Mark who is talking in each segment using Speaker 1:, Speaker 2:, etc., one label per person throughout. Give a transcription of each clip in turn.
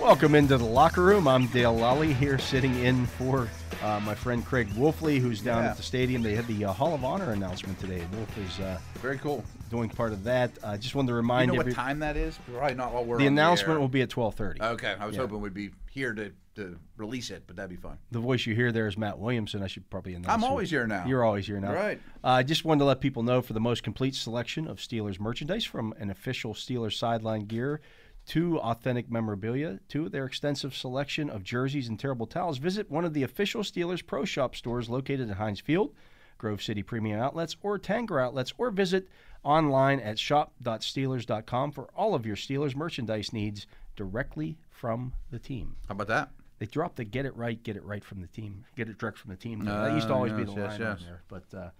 Speaker 1: Welcome into the locker room. I'm Dale Lally here, sitting in for uh, my friend Craig Wolfley, who's down
Speaker 2: Yeah.
Speaker 1: at the stadium. They had the uh, Hall of Honor announcement today. Wolf is uh,
Speaker 2: Very cool.
Speaker 1: doing part of that. I just wanted to
Speaker 2: You
Speaker 1: remind
Speaker 2: know what
Speaker 1: every-
Speaker 2: time that is? Probably not while we're
Speaker 1: the
Speaker 2: on
Speaker 1: announcement
Speaker 2: air.
Speaker 1: will be at 12:30.
Speaker 2: Okay, I was
Speaker 1: Yeah.
Speaker 2: hoping we'd be here to, to release it, but that'd be fun.
Speaker 1: the voice you hear there is Matt Williamson. I should probably announce.
Speaker 2: I'm
Speaker 1: who-
Speaker 2: always here now.
Speaker 1: You're always here now. Uh,
Speaker 2: Right.
Speaker 1: I just wanted to let people know for the most complete selection of Steelers merchandise from an official Steelers sideline gear to authentic memorabilia to their extensive selection of jerseys and terrible towels, visit one of the official Steelers Pro Shop stores located at Heinz Field, Grove City Premium Outlets, or Tanger Outlets, or visit online at shop.steelers.com for all of your Steelers merchandise needs directly from the team.
Speaker 2: How about that?
Speaker 1: They dropped the "Get it right, get it right from the team, get it direct from the team." that used to always be
Speaker 2: Ah, yes,
Speaker 1: the
Speaker 2: yes,
Speaker 1: line
Speaker 2: yes.
Speaker 1: on there. But, uh,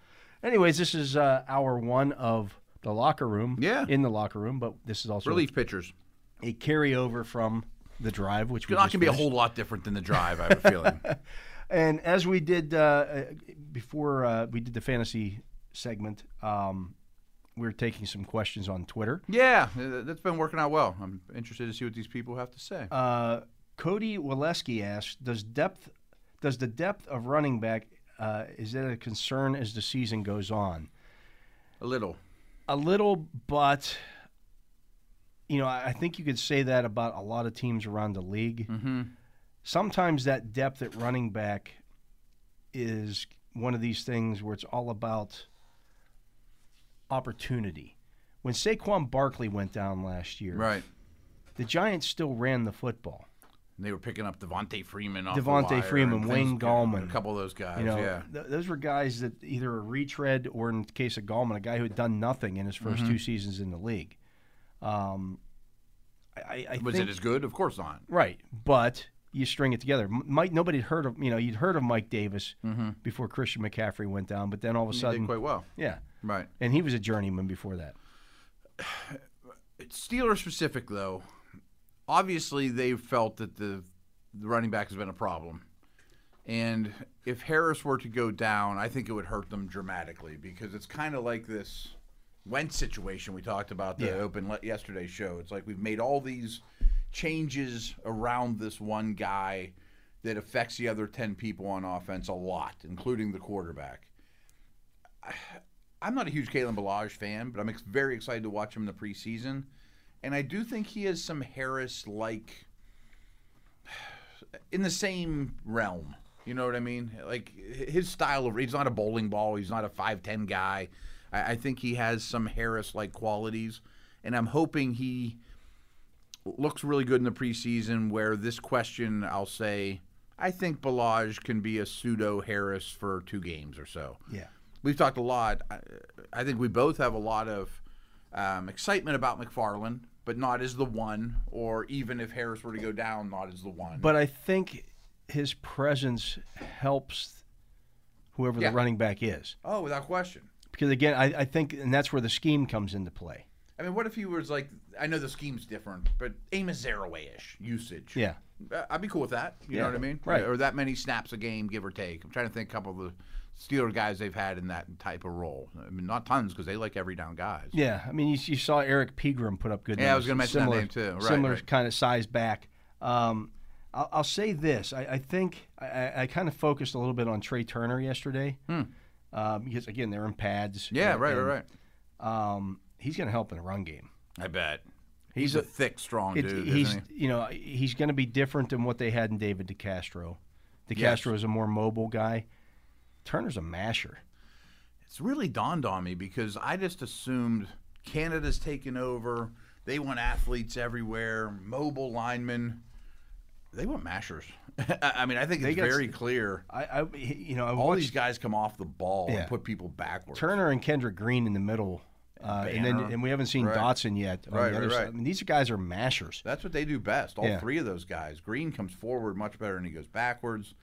Speaker 1: anyways, this is uh, hour one of the locker room.
Speaker 2: Yeah.
Speaker 1: in the locker room, but this is also
Speaker 2: Relief pitchers.
Speaker 1: a carryover from the drive, which we
Speaker 2: Not
Speaker 1: just
Speaker 2: gonna be a
Speaker 1: finished.
Speaker 2: whole lot different than the drive. I have a feeling.
Speaker 1: And as we did uh, uh, before, uh, we did the fantasy segment. Um, we were taking some questions on Twitter.
Speaker 2: yeah, th- that's been working out well. I'm interested to see what these people have to say.
Speaker 1: Uh, Cody Waleski asks, "Does depth, does the depth of running back, uh, is that a concern as the season goes on?"
Speaker 2: a little.
Speaker 1: A little, but you know, I I think you could say that about a lot of teams around the league.
Speaker 2: Mm-hmm.
Speaker 1: Sometimes that depth at running back is one of these things where it's all about opportunity. When Saquon Barkley went down last year,
Speaker 2: Right.
Speaker 1: the Giants still ran the football.
Speaker 2: And they were picking up Devontae Freeman off
Speaker 1: Devontae
Speaker 2: the wire
Speaker 1: Freeman,
Speaker 2: and
Speaker 1: Wayne
Speaker 2: things- A
Speaker 1: Gallman.
Speaker 2: couple of those guys.
Speaker 1: You know,
Speaker 2: yeah.
Speaker 1: th- those were guys that either a retread or, in the case of Gallman, a guy who had done nothing in his 1st
Speaker 2: Mm-hmm.
Speaker 1: two seasons in the league. Um, I- I, I
Speaker 2: Was
Speaker 1: think,
Speaker 2: it as good? Of course not.
Speaker 1: right? But you string it together. M- Mike, nobody had heard of you know you'd heard of Mike Davis
Speaker 2: Mm-hmm.
Speaker 1: before Christian McCaffrey went down, but then all of a
Speaker 2: He did
Speaker 1: sudden,
Speaker 2: quite well.
Speaker 1: yeah,
Speaker 2: Right.
Speaker 1: and he was a journeyman before that.
Speaker 2: Steelers specific though, obviously they've felt that the, the running back has been a problem. And if Harris were to go down, I think it would hurt them dramatically because it's kind of like this Wentz situation we talked about the
Speaker 1: Yeah.
Speaker 2: open le- yesterday's show. It's like we've made all these changes around this one guy that affects the other 10 people on offense a lot, including the quarterback. I'm not a huge Kalen Balaj fan, but I'm ex- very excited to watch him in the preseason. And I do think he has some Harris like in the same realm. You know what I mean? Like h- his style of he's not a bowling ball, he's not a 5'10 guy. I, I think he has some Harris like qualities. And I'm hoping he looks really good in the preseason where this question I'll say I think Balaj can be a pseudo Harris for two games or so
Speaker 1: Yeah,
Speaker 2: we've talked a lot. I, I think we both have a lot of um, excitement about McFarland, but not as the one, or even if Harris were to go down, not as the one.
Speaker 1: but I think his presence helps whoever
Speaker 2: Yeah.
Speaker 1: the running back is
Speaker 2: oh, without question.
Speaker 1: because again, I, I think, and that's where the scheme comes into play.
Speaker 2: I mean, what if he was like? I know the scheme's different, but Amos Zaraway ish usage.
Speaker 1: Yeah.
Speaker 2: Uh, I'd be cool with that. You
Speaker 1: Yeah,
Speaker 2: know what I mean?
Speaker 1: right.
Speaker 2: Or that many snaps a game, give or take. I'm trying to think a couple of the Steeler guys they've had in that type of role. I mean, not tons because they like every down guys.
Speaker 1: Yeah, I mean, you, you saw Eric Pegram put up good.
Speaker 2: Yeah, I was
Speaker 1: numbers.
Speaker 2: gonna mention that
Speaker 1: Similar-
Speaker 2: name, too. Right,
Speaker 1: similar
Speaker 2: right.
Speaker 1: kind of size back. Um, I'll, I'll say this: I, I think I- I, I kind of focused a little bit on Trey Turner yesterday um, because, again, they're in pads.
Speaker 2: Hmm. Yeah, right, right,
Speaker 1: right. Um, he's going to help in the run game.
Speaker 2: right. I bet.
Speaker 1: He's
Speaker 2: He's, a, thick, strong
Speaker 1: It-
Speaker 2: dude.
Speaker 1: he's
Speaker 2: isn't he?
Speaker 1: you know he's going to be different than what they had in David DeCastro.
Speaker 2: Yes.
Speaker 1: DeCastro is a more mobile guy. Turner's a masher.
Speaker 2: It's really dawned on me because I just assumed Canada's taken over. They want athletes everywhere, mobile linemen. They want mashers. I- I mean, I think
Speaker 1: They
Speaker 2: it's
Speaker 1: got s-
Speaker 2: very clear.
Speaker 1: I, I you know I
Speaker 2: All
Speaker 1: watched
Speaker 2: these guys come off the ball
Speaker 1: Yeah.
Speaker 2: and put people backwards.
Speaker 1: Turner and Kendrick Green in the middle, uh, and then
Speaker 2: Banner.
Speaker 1: and we haven't seen
Speaker 2: Right.
Speaker 1: Dotson yet. on the
Speaker 2: Right,
Speaker 1: other
Speaker 2: right,
Speaker 1: side.
Speaker 2: right.
Speaker 1: I mean, these guys are mashers.
Speaker 2: That's what they do best. All
Speaker 1: Yeah.
Speaker 2: three of those guys. Green comes forward much better than he goes backwards.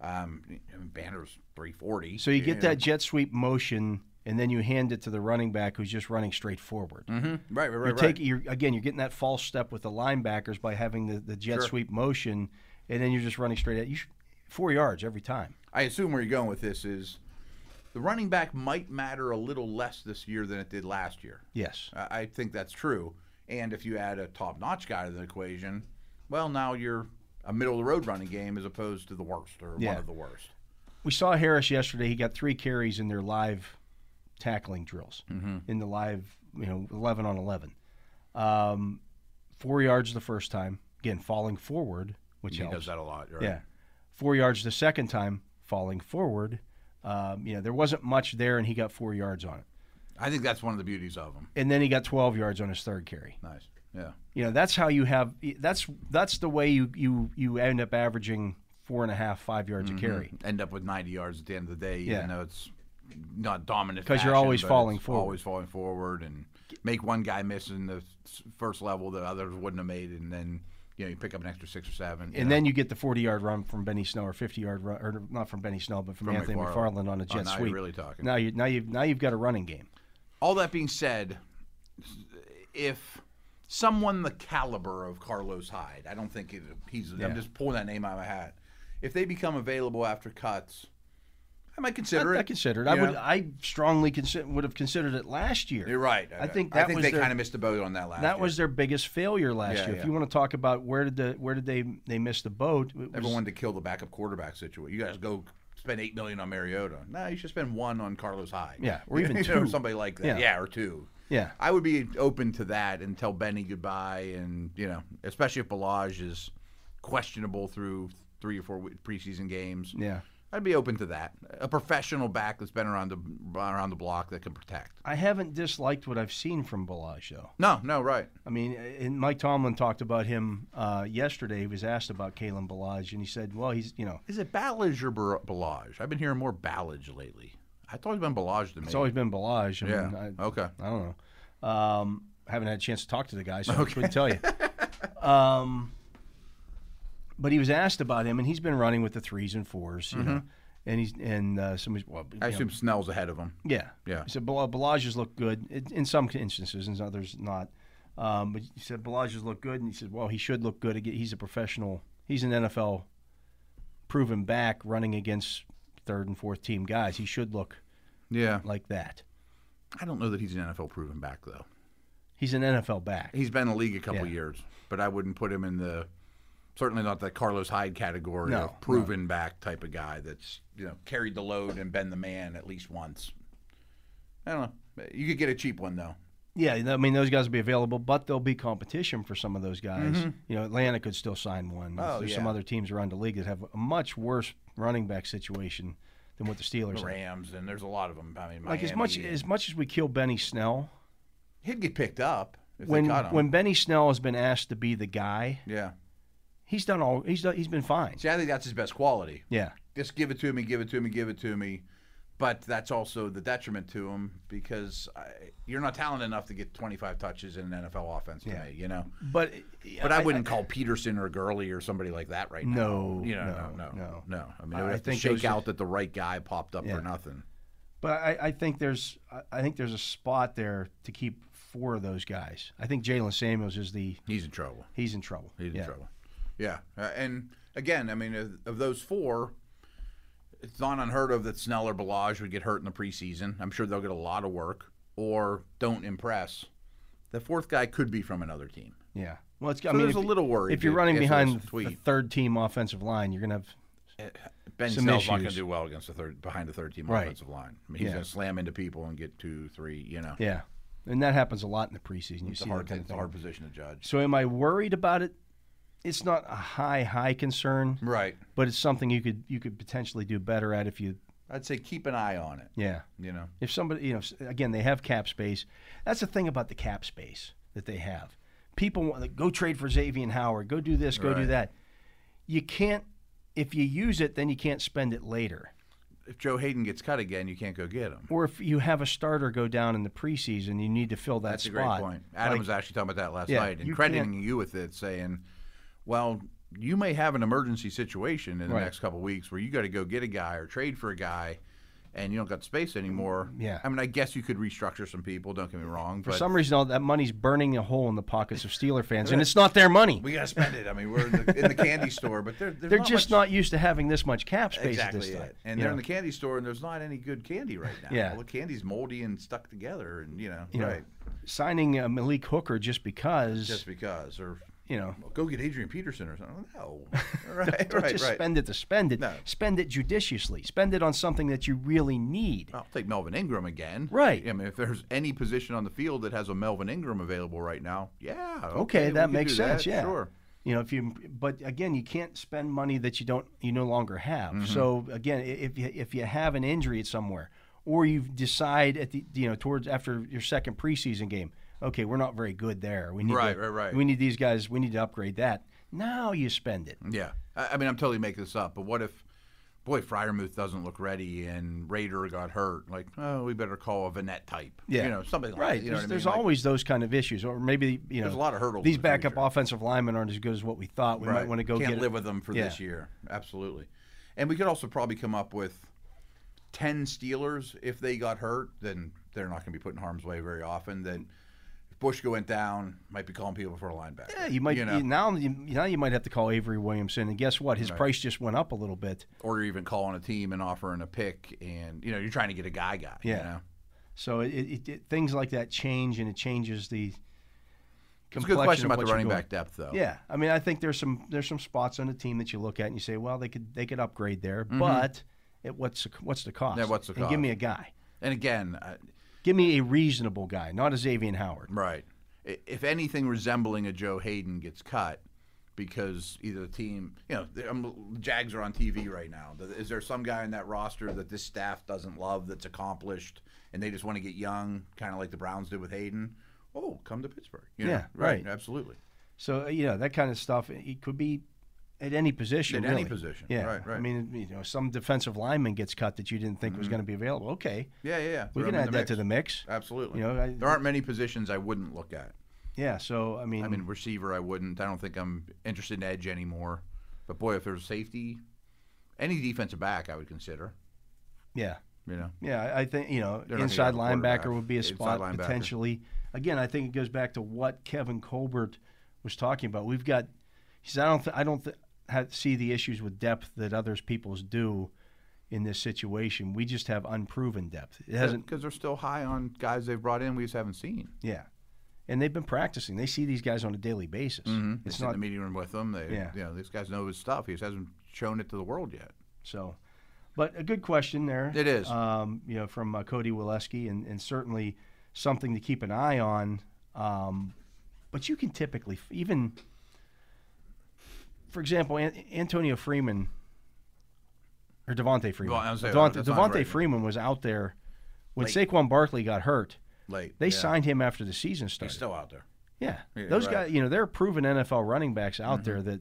Speaker 2: Um, I mean, Banner's 340.
Speaker 1: So you get
Speaker 2: know.
Speaker 1: that jet sweep motion, and then you hand it to the running back who's just running straight forward.
Speaker 2: Right, right, Mm-hmm. right.
Speaker 1: You're
Speaker 2: right.
Speaker 1: taking you're, again, you're getting that false step with the linebackers by having the, the jet
Speaker 2: Sure.
Speaker 1: sweep motion, and then you're just running straight at you. Should, four yards every time.
Speaker 2: I assume where you're going with this is the running back might matter a little less this year than it did last year.
Speaker 1: Yes.
Speaker 2: I I think that's true. And if you add a top notch guy to the equation, well, now you're a middle of the road running game as opposed to the worst or one
Speaker 1: Yeah.
Speaker 2: of the worst.
Speaker 1: we saw Harris yesterday. He got three carries in their live tackling drills,
Speaker 2: Mm-hmm.
Speaker 1: in the live, you know, 11 on 11. Um, four yards the first time. Again, falling forward, which
Speaker 2: He
Speaker 1: helps.
Speaker 2: does that a lot. Right?
Speaker 1: Yeah. Four yards the second time, falling forward. Um, you know, there wasn't much there, and he got four yards on it.
Speaker 2: I think that's one of the beauties of him.
Speaker 1: And then he got 12 yards on his third carry.
Speaker 2: Nice. Yeah.
Speaker 1: You know, that's how you have that's that's the way you you you end up averaging four and a half, five yards
Speaker 2: Mm-hmm.
Speaker 1: a carry.
Speaker 2: End up with 90 yards at the end of the day, even
Speaker 1: Yeah.
Speaker 2: though it's not dominant.
Speaker 1: 'Cause you're
Speaker 2: fashion,
Speaker 1: always
Speaker 2: but
Speaker 1: falling
Speaker 2: it's
Speaker 1: forward.
Speaker 2: Always falling forward and make one guy miss in the s- first level that others wouldn't have made, and then you know you pick up an extra six or seven. you
Speaker 1: And
Speaker 2: know,
Speaker 1: then you get the 40 yard run from Benny Snell or 50 yard run, or not from Benny Snell, but from,
Speaker 2: From
Speaker 1: Anthony
Speaker 2: McFarland.
Speaker 1: McFarland on a
Speaker 2: oh,
Speaker 1: jet
Speaker 2: now
Speaker 1: sweep.
Speaker 2: you're really talking.
Speaker 1: Now you now you now you've got a running game.
Speaker 2: All that being said, if someone the caliber of Carlos Hyde, I don't think it, he's.
Speaker 1: Yeah.
Speaker 2: I'm just pulling that name out of my hat. If they become available after cuts, I might consider
Speaker 1: I,
Speaker 2: it.
Speaker 1: I considered. I
Speaker 2: you
Speaker 1: would
Speaker 2: know?
Speaker 1: I strongly consider would have considered it last year.
Speaker 2: You're right.
Speaker 1: I think
Speaker 2: I
Speaker 1: that
Speaker 2: think
Speaker 1: was
Speaker 2: they
Speaker 1: their-
Speaker 2: kind of missed the boat on that last.
Speaker 1: that
Speaker 2: year.
Speaker 1: was their biggest failure last
Speaker 2: Yeah,
Speaker 1: year.
Speaker 2: yeah.
Speaker 1: If you want to talk about where did the where did they they miss the boat? it was-
Speaker 2: everyone to kill the backup quarterback situation. You guys go spend eight million on Mariota. No, you should spend one on Carlos Hyde.
Speaker 1: Yeah, or
Speaker 2: You
Speaker 1: even
Speaker 2: know,
Speaker 1: two.
Speaker 2: somebody like that. Yeah.
Speaker 1: Yeah.
Speaker 2: or two.
Speaker 1: Yeah.
Speaker 2: I would be open to that and tell Benny goodbye, and you know, especially if Balaj is questionable through three or four we- preseason games.
Speaker 1: Yeah.
Speaker 2: I'd be open to that. A professional back that's been around the around the block that can protect.
Speaker 1: I haven't disliked what I've seen from Balaj though.
Speaker 2: No, no, right.
Speaker 1: I mean, and Mike Tomlin talked about him uh, yesterday. He was asked about Kalen Balaj, and he said, "Well, he's you know
Speaker 2: Is it Ballage or Bar- Balaj? I've been hearing more Ballage lately. I thought it's been Balaj to me.
Speaker 1: it's always been Balaj. I
Speaker 2: yeah.
Speaker 1: mean, I,
Speaker 2: okay.
Speaker 1: I don't know. Um, haven't had a chance to talk to the guy, so I couldn't tell you. Um, but he was asked about him, and he's been running with the threes and fours, you know. And he's and uh, somebody's well, you
Speaker 2: Mm-hmm. I
Speaker 1: know,
Speaker 2: assume Snell's ahead of him.
Speaker 1: yeah,
Speaker 2: Yeah.
Speaker 1: He said "Bal- Balages look good in, in some instances, and others not. Um, but he said Balages look good, and he said, well, he should look good. again. He's a professional. He's an NFL proven back running against third and fourth team guys. He should look
Speaker 2: Yeah.
Speaker 1: like that.
Speaker 2: I don't know that he's an NFL proven back though.
Speaker 1: He's an NFL back.
Speaker 2: He's been in the league a couple
Speaker 1: Yeah.
Speaker 2: years, but I wouldn't put him in the certainly not the Carlos Hyde category
Speaker 1: No,
Speaker 2: of proven back type of guy that's, you know, carried the load and been the man at least once. I don't know. You could get a cheap one though.
Speaker 1: Yeah, I mean those guys will be available, but there'll be competition for some of those guys. You know, Atlanta could still sign one.
Speaker 2: Mm-hmm. Oh,
Speaker 1: There's
Speaker 2: yeah.
Speaker 1: some other teams around the league that have a much worse running back situation than what the Steelers
Speaker 2: The
Speaker 1: have.
Speaker 2: Rams and there's a lot of them. I mean,
Speaker 1: Like as
Speaker 2: Miami,
Speaker 1: much
Speaker 2: and-
Speaker 1: as much as we kill Benny Snell,
Speaker 2: he'd get picked up if
Speaker 1: when
Speaker 2: they caught him.
Speaker 1: when Benny Snell has been asked to be the guy,
Speaker 2: yeah.
Speaker 1: he's done all he's done, he's been fine.
Speaker 2: See, I think that's his best quality.
Speaker 1: Yeah,
Speaker 2: just give it to me, give it to me, give it to me. But that's also the detriment to him because I, you're not talented enough to get 25 touches in an NFL offense today, you know.
Speaker 1: but
Speaker 2: But I, wouldn't call Peterson or Gurley or somebody like that right now.
Speaker 1: No,
Speaker 2: you know, no,
Speaker 1: no,
Speaker 2: no, no,
Speaker 1: no.
Speaker 2: I mean,
Speaker 1: I-
Speaker 2: it would
Speaker 1: I
Speaker 2: have to
Speaker 1: think
Speaker 2: shake
Speaker 1: those-
Speaker 2: out that the right guy popped up
Speaker 1: Yeah.
Speaker 2: or nothing.
Speaker 1: But I, I think there's I- I think there's a spot there to keep four of those guys. I think Jalen Samuels is the
Speaker 2: He's in trouble.
Speaker 1: he's in trouble.
Speaker 2: He's in
Speaker 1: yeah.
Speaker 2: trouble. Yeah, uh, and again, I mean, of, of those four, it's not unheard of that Snell or Balaj would get hurt in the preseason. I'm sure they'll get a lot of work or don't impress. The fourth guy could be from another team.
Speaker 1: Yeah. Well, it's I
Speaker 2: So
Speaker 1: mean
Speaker 2: there's
Speaker 1: if-
Speaker 2: a little worry
Speaker 1: if you're running behind
Speaker 2: this
Speaker 1: the
Speaker 2: tweet.
Speaker 1: third team offensive line, you're gonna have
Speaker 2: Ben
Speaker 1: some
Speaker 2: Snell's not going to
Speaker 1: issues.
Speaker 2: do well against the third behind the third team
Speaker 1: Right.
Speaker 2: offensive line. I mean, he's
Speaker 1: Yeah.
Speaker 2: going to slam into people and get two, three. You know,
Speaker 1: yeah, and that happens a lot in the preseason. You
Speaker 2: it's a
Speaker 1: see
Speaker 2: hard,
Speaker 1: that kind of
Speaker 2: it's a
Speaker 1: thing.
Speaker 2: hard position to judge.
Speaker 1: So am I worried about it? It's not a high high concern,
Speaker 2: Right.
Speaker 1: but it's something you could you could potentially do better at if you
Speaker 2: I'd say keep an eye on it.
Speaker 1: yeah
Speaker 2: You know.
Speaker 1: if somebody you know s- again they have cap space. That's the thing about the cap space that they have. People want like, go trade for Xavier Howard, go do this, go
Speaker 2: Right.
Speaker 1: do that. You can't if you use it, then you can't spend it later.
Speaker 2: If Joe Hayden gets cut again, you can't go get him.
Speaker 1: or if you have a starter go down in the preseason, you need to fill that
Speaker 2: That's a
Speaker 1: spot.
Speaker 2: great point. Adam was actually talking about that last
Speaker 1: Yeah,
Speaker 2: night and
Speaker 1: you
Speaker 2: crediting you with it, saying, "Well, you may have an emergency situation in the
Speaker 1: Right.
Speaker 2: next couple of weeks where you got to go get a guy or trade for a guy, and you don't got space anymore."
Speaker 1: Yeah.
Speaker 2: I mean, I guess you could restructure some people. Don't get me wrong,
Speaker 1: For
Speaker 2: but
Speaker 1: some reason, all that money's burning a hole in the pockets of Steeler fans, and it's not their money.
Speaker 2: we got to spend it. I mean, we're in the, in the candy store, but they're
Speaker 1: They're just not used to having this much cap space
Speaker 2: exactly
Speaker 1: at this
Speaker 2: it.
Speaker 1: time.
Speaker 2: And
Speaker 1: you
Speaker 2: they're
Speaker 1: know?
Speaker 2: in the candy store, and there's not any good candy right now.
Speaker 1: Yeah.
Speaker 2: all the candy's moldy and stuck together, and you know,
Speaker 1: You know,
Speaker 2: right?
Speaker 1: signing uh, Malik Hooker just because
Speaker 2: Just because, or
Speaker 1: you know,
Speaker 2: Well, go get Adrian Peterson or something. No, right,
Speaker 1: don't
Speaker 2: right,
Speaker 1: just
Speaker 2: right.
Speaker 1: spend it to spend it.
Speaker 2: No.
Speaker 1: Spend it judiciously. Spend it on something that you really need.
Speaker 2: I'll take Melvin Ingram again.
Speaker 1: Right.
Speaker 2: I mean, if there's any position on the field that has a Melvin Ingram available right now, yeah.
Speaker 1: okay,
Speaker 2: we
Speaker 1: that
Speaker 2: can
Speaker 1: makes
Speaker 2: do that,
Speaker 1: sense. Yeah,
Speaker 2: Sure.
Speaker 1: You know, if you, but again, you can't spend money that you don't, you no longer have.
Speaker 2: Mm-hmm.
Speaker 1: So again, i- if you, if you have an injury somewhere, or you decide at the, you know, towards after your second preseason game, okay, we're not very good there. We need
Speaker 2: Right,
Speaker 1: to,
Speaker 2: right, right.
Speaker 1: We need these guys. We need to upgrade that. Now you spend it.
Speaker 2: Yeah. I, I mean, I'm totally making this up, but what if, boy, Fryermuth doesn't look ready and Raider got hurt? Like, oh, we better call a Vanette type.
Speaker 1: Yeah.
Speaker 2: You know, something like
Speaker 1: Right.
Speaker 2: that. You know
Speaker 1: there's
Speaker 2: what I
Speaker 1: there's
Speaker 2: mean? Like,
Speaker 1: always those kind of issues, or maybe you know,
Speaker 2: There's a lot of hurdles
Speaker 1: These
Speaker 2: in the
Speaker 1: backup
Speaker 2: future.
Speaker 1: offensive linemen aren't as good as what we thought. We might
Speaker 2: Right.
Speaker 1: want to go
Speaker 2: Can't
Speaker 1: get
Speaker 2: live
Speaker 1: it.
Speaker 2: with them for
Speaker 1: Yeah.
Speaker 2: this year. Absolutely. And we could also probably come up with 10 Steelers. If they got hurt, then they're not going to be put in harm's way very often. Then if Bush went down, might be calling people for a linebacker.
Speaker 1: Yeah, you might
Speaker 2: You know,
Speaker 1: you- now. You, now you might have to call Avery Williamson, and guess what? His price just went up a little bit.
Speaker 2: or you're even calling a team and offering a pick, and you know you're trying to get a guy guy. you
Speaker 1: Yeah.
Speaker 2: know?
Speaker 1: So it, it, it, things like that change, and it changes the.
Speaker 2: It's a good
Speaker 1: complexion
Speaker 2: question
Speaker 1: of
Speaker 2: about
Speaker 1: what
Speaker 2: the
Speaker 1: you're
Speaker 2: running
Speaker 1: doing.
Speaker 2: back depth, though.
Speaker 1: Yeah, I mean, I think there's some there's some spots on the team that you look at and you say, well, they could they could upgrade there, but it, what's the, what's the cost?
Speaker 2: Mm-hmm. Yeah, what's the
Speaker 1: And give
Speaker 2: cost?
Speaker 1: me a guy.
Speaker 2: And again, uh,
Speaker 1: Give me a reasonable guy, not a Xavier Howard.
Speaker 2: right. I- If anything resembling a Joe Hayden gets cut because either the team, you know, the um, Jags are on TV right now. Th- Is there some guy in that roster that this staff doesn't love that's accomplished and they just want to get young, kind of like the Browns did with Hayden? Oh, come to Pittsburgh. you know?
Speaker 1: Yeah, right.
Speaker 2: Absolutely.
Speaker 1: So you know that kind of stuff. It it could be at any position.
Speaker 2: At any
Speaker 1: really.
Speaker 2: position.
Speaker 1: Yeah.
Speaker 2: Right, right.
Speaker 1: I mean, you know, some defensive lineman gets cut that you didn't think was going to be available. Okay,
Speaker 2: Yeah, yeah, yeah.
Speaker 1: we
Speaker 2: Throw
Speaker 1: can
Speaker 2: him in
Speaker 1: add that to
Speaker 2: mix.
Speaker 1: the mix.
Speaker 2: Absolutely.
Speaker 1: You know, I-
Speaker 2: there aren't many positions I wouldn't look at.
Speaker 1: Yeah. So I mean,
Speaker 2: I mean, receiver, I wouldn't. I don't think I'm interested in edge anymore. But boy, if there's safety, any defensive back, I would consider.
Speaker 1: yeah,
Speaker 2: You know,
Speaker 1: yeah. I- I think you know,
Speaker 2: They're not gonna
Speaker 1: inside
Speaker 2: go quarterback,
Speaker 1: linebacker would be a
Speaker 2: inside
Speaker 1: spot
Speaker 2: linebacker.
Speaker 1: potentially. Again, I think it goes back to what Kevin Colbert was talking about. We've got. He said, I don't. Th- I don't th- ha see the issues with depth that others people's do. In this situation, we just have unproven depth. It hasn't
Speaker 2: because they're still high on guys they've brought in we just haven't seen.
Speaker 1: Yeah. And they've been practicing. They see these guys on a daily basis.
Speaker 2: They
Speaker 1: Mm-hmm. It's
Speaker 2: sit Mm-hmm. in
Speaker 1: not
Speaker 2: the meeting room with them. They,
Speaker 1: Yeah.
Speaker 2: you know, these guys know his stuff. He just hasn't shown it to the world yet.
Speaker 1: so. But a good question there.
Speaker 2: It is.
Speaker 1: Um, you know, from uh, Cody Wileski, and, and certainly something to keep an eye on. Um, but you can typically f- even, for example, An- Antonio Freeman or Devontae Freeman.
Speaker 2: Well, I was saying,
Speaker 1: Devont-
Speaker 2: that sounds
Speaker 1: Devontae
Speaker 2: right.
Speaker 1: Freeman was out there when Saquon Barkley got hurt.
Speaker 2: Late.
Speaker 1: They
Speaker 2: yeah.
Speaker 1: signed him after the season
Speaker 2: He's
Speaker 1: started.
Speaker 2: still out there.
Speaker 1: Yeah.
Speaker 2: Yeah,
Speaker 1: Those
Speaker 2: right. Mm-hmm.
Speaker 1: guys, you know, there are proven NFL running backs out there that,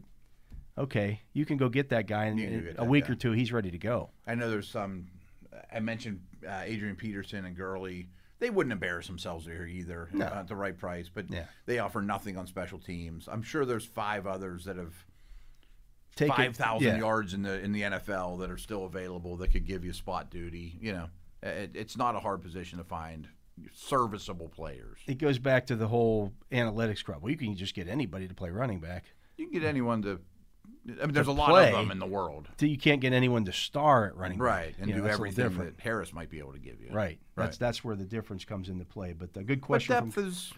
Speaker 1: okay, you can go get that guy, and
Speaker 2: You can go
Speaker 1: in
Speaker 2: get
Speaker 1: a
Speaker 2: that
Speaker 1: week
Speaker 2: guy.
Speaker 1: or two, he's ready to go.
Speaker 2: I know there's some. I mentioned uh, Adrian Peterson and Gurley. They wouldn't embarrass themselves here either uh, at the right price, but
Speaker 1: Yeah.
Speaker 2: they offer nothing on special teams. I'm sure there's five others that have
Speaker 1: Take it-
Speaker 2: five thousand
Speaker 1: yeah.
Speaker 2: yards in the in the NFL that are still available that could give you spot duty. You know, it, it's not a hard position to find serviceable players.
Speaker 1: It goes back to the whole analytics club. Well, you can just get anybody to play running back.
Speaker 2: You can get anyone to. I mean, there's a lot
Speaker 1: play.
Speaker 2: of them in the world,
Speaker 1: So You can't get anyone to star at running back.
Speaker 2: right? And
Speaker 1: You know,
Speaker 2: do
Speaker 1: that's a little
Speaker 2: everything that
Speaker 1: different.
Speaker 2: Harris might be able to give you,
Speaker 1: Right. That's
Speaker 2: Right.
Speaker 1: that's where the difference comes into play. But a good
Speaker 2: But
Speaker 1: question.
Speaker 2: depth
Speaker 1: From,
Speaker 2: is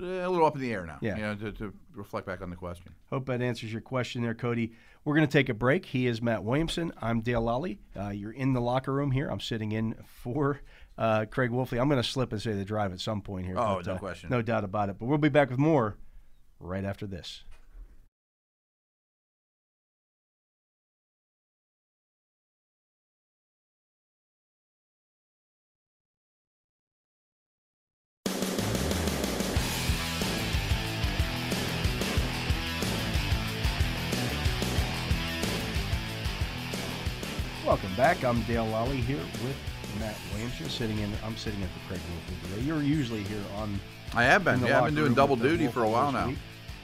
Speaker 2: uh, a little up in the air now.
Speaker 1: Yeah.
Speaker 2: You know, to, to reflect back on the question.
Speaker 1: hope that answers your question there, Cody. We're going to take a break. He is Matt Williamson. I'm Dale Lally. Uh, you're in the locker room here. I'm sitting in for uh, Craig Wolfley. I'm going to slip and say the drive at some point here.
Speaker 2: Oh,
Speaker 1: but,
Speaker 2: no
Speaker 1: uh,
Speaker 2: question.
Speaker 1: No doubt about it. But we'll be back with more right after this. Welcome back. I'm Dale Lally here with Matt Williamson. Sitting in, I'm sitting in for Craig Wolfley today. You're usually here on.
Speaker 2: I have
Speaker 1: in
Speaker 2: been.
Speaker 1: the
Speaker 2: Yeah, I've
Speaker 1: locker
Speaker 2: been
Speaker 1: room
Speaker 2: doing double
Speaker 1: with the
Speaker 2: duty for a
Speaker 1: Wolf
Speaker 2: while
Speaker 1: this
Speaker 2: now.
Speaker 1: week.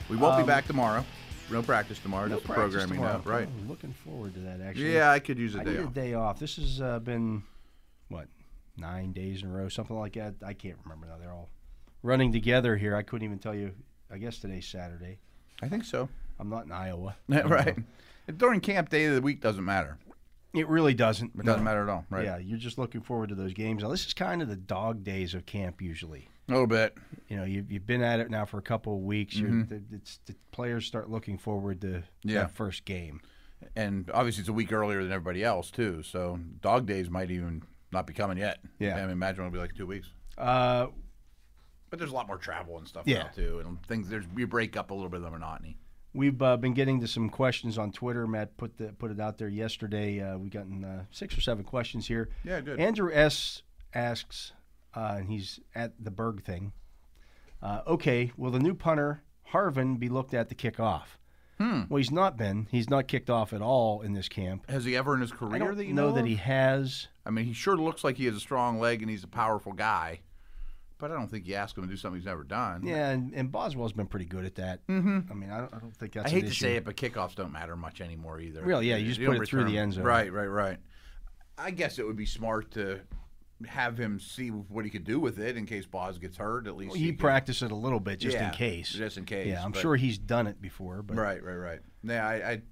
Speaker 2: We won't
Speaker 1: Um,
Speaker 2: be back tomorrow. No practice tomorrow.
Speaker 1: no
Speaker 2: just the
Speaker 1: practice
Speaker 2: programming
Speaker 1: tomorrow.
Speaker 2: up, right?
Speaker 1: I'm looking forward to that actually.
Speaker 2: Yeah, I could use
Speaker 1: I
Speaker 2: a
Speaker 1: need
Speaker 2: day
Speaker 1: a
Speaker 2: off.
Speaker 1: day off. This has uh, been what nine days in a row, something like that. I can't remember now. They're all running together here. I couldn't even tell you. I guess today's Saturday.
Speaker 2: I think so.
Speaker 1: I'm not in Iowa. Um,
Speaker 2: right. During camp day of the week doesn't matter.
Speaker 1: It really doesn't.
Speaker 2: It
Speaker 1: No.
Speaker 2: doesn't matter at all. Right.
Speaker 1: Yeah, you're just looking forward to those games. Now this is kind of the dog days of camp usually.
Speaker 2: A little bit.
Speaker 1: You know, you've, you've been at it now for a couple of weeks. You're, the, it's, the players start looking forward to
Speaker 2: Mm-hmm. Yeah.
Speaker 1: that first game.
Speaker 2: And obviously, it's a week earlier than everybody else, too. So dog days might even not be coming yet.
Speaker 1: Yeah.
Speaker 2: I mean, imagine it'll be like two weeks.
Speaker 1: Uh,
Speaker 2: But there's a lot more travel and stuff
Speaker 1: Yeah.
Speaker 2: now, too. And things, there's you break up a little bit of the monotony.
Speaker 1: We've uh, been getting to some questions on Twitter. Matt put the, put it out there yesterday. Uh, we gotten uh, six or seven questions here.
Speaker 2: Yeah, good.
Speaker 1: Andrew S asks, uh, and he's at the Berg thing. Uh, okay, will the new punter Harvin be looked at to kick off?
Speaker 2: Hmm.
Speaker 1: Well, he's not been. He's not kicked off at all in this camp.
Speaker 2: Has he ever in his career
Speaker 1: I don't
Speaker 2: that you
Speaker 1: know, that
Speaker 2: of?
Speaker 1: he has.
Speaker 2: I mean, he sure looks like he has a strong leg and he's a powerful guy, but I don't think you ask him to do something he's never done.
Speaker 1: Yeah, and, and Boswell's been pretty good at that. Mm-hmm. I mean, I don't, I don't think that's.
Speaker 2: I
Speaker 1: an
Speaker 2: hate to
Speaker 1: issue.
Speaker 2: say it, but kickoffs don't matter much anymore either.
Speaker 1: Really, yeah, you just
Speaker 2: don't
Speaker 1: put it through
Speaker 2: return-
Speaker 1: the end zone.
Speaker 2: Right, right, right. I guess it would be smart to have him see what he could do with it in case Boz gets hurt. At least
Speaker 1: Well, he
Speaker 2: could-
Speaker 1: practiced it a little bit just
Speaker 2: Yeah,
Speaker 1: in case.
Speaker 2: just in case.
Speaker 1: Yeah, I'm
Speaker 2: but-
Speaker 1: sure he's done it before, but
Speaker 2: Right, right, right. Yeah, I, I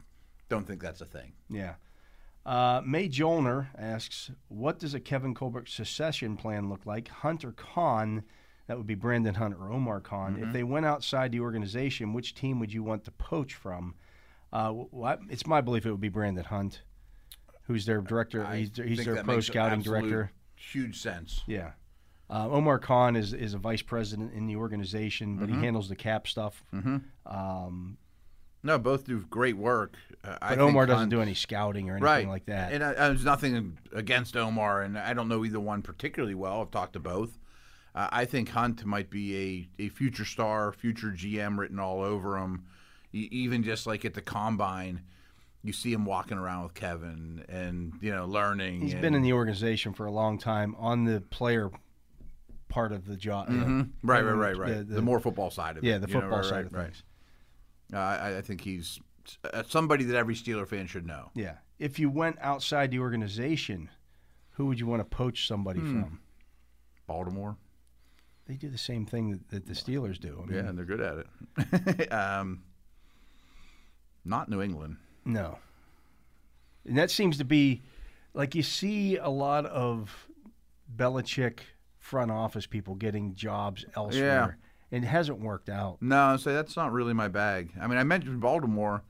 Speaker 2: don't think that's a thing.
Speaker 1: yeah. Uh, May Jolner asks, "What does a Kevin Colbert secession plan look like? Hunter Khan, that would be Brandon Hunt or Omar Khan.
Speaker 2: Mm-hmm.
Speaker 1: If they went outside the organization, which team would you want to poach from? Uh, well, I, it's my belief it would be Brandon Hunt, who's their director.
Speaker 2: I
Speaker 1: he's their, he's
Speaker 2: think
Speaker 1: their
Speaker 2: that
Speaker 1: pro
Speaker 2: makes
Speaker 1: scouting
Speaker 2: absolute
Speaker 1: director.
Speaker 2: Huge sense.
Speaker 1: Yeah. Uh, Omar Khan is, is a vice president in the organization, but
Speaker 2: Mm-hmm.
Speaker 1: he handles the cap stuff. Um,
Speaker 2: No, both do great work. Uh,
Speaker 1: but
Speaker 2: I think
Speaker 1: Omar doesn't
Speaker 2: Hunt-
Speaker 1: do any scouting or anything
Speaker 2: right.
Speaker 1: like that.
Speaker 2: And I, I, there's nothing against Omar, and I don't know either one particularly well. I've talked to both. Uh, I think Hunt might be a, a future star, future GM written all over him. E- even just like at the combine, you see him walking around with Kevin and you know learning.
Speaker 1: He's
Speaker 2: and,
Speaker 1: been in the organization for a long time on the player part of the job. you know.
Speaker 2: Mm-hmm. right, right, right, right.
Speaker 1: the-
Speaker 2: The,
Speaker 1: the-
Speaker 2: more football side of it.
Speaker 1: Yeah, the
Speaker 2: you know,
Speaker 1: football
Speaker 2: right,
Speaker 1: side
Speaker 2: right,
Speaker 1: of
Speaker 2: right.
Speaker 1: things.
Speaker 2: Uh, I, I think he's uh, somebody that every Steeler fan should know.
Speaker 1: Yeah. If you went outside the organization, who would you want to poach somebody
Speaker 2: Hmm.
Speaker 1: from?
Speaker 2: Baltimore.
Speaker 1: They do the same thing that, that the Steelers do. I mean,
Speaker 2: Yeah, and they're good at it. um, not New England.
Speaker 1: No. And that seems to be like you see a lot of Belichick front office people getting jobs elsewhere. And it hasn't worked out.
Speaker 2: No, say that's not really my bag. I mean, I mentioned Baltimore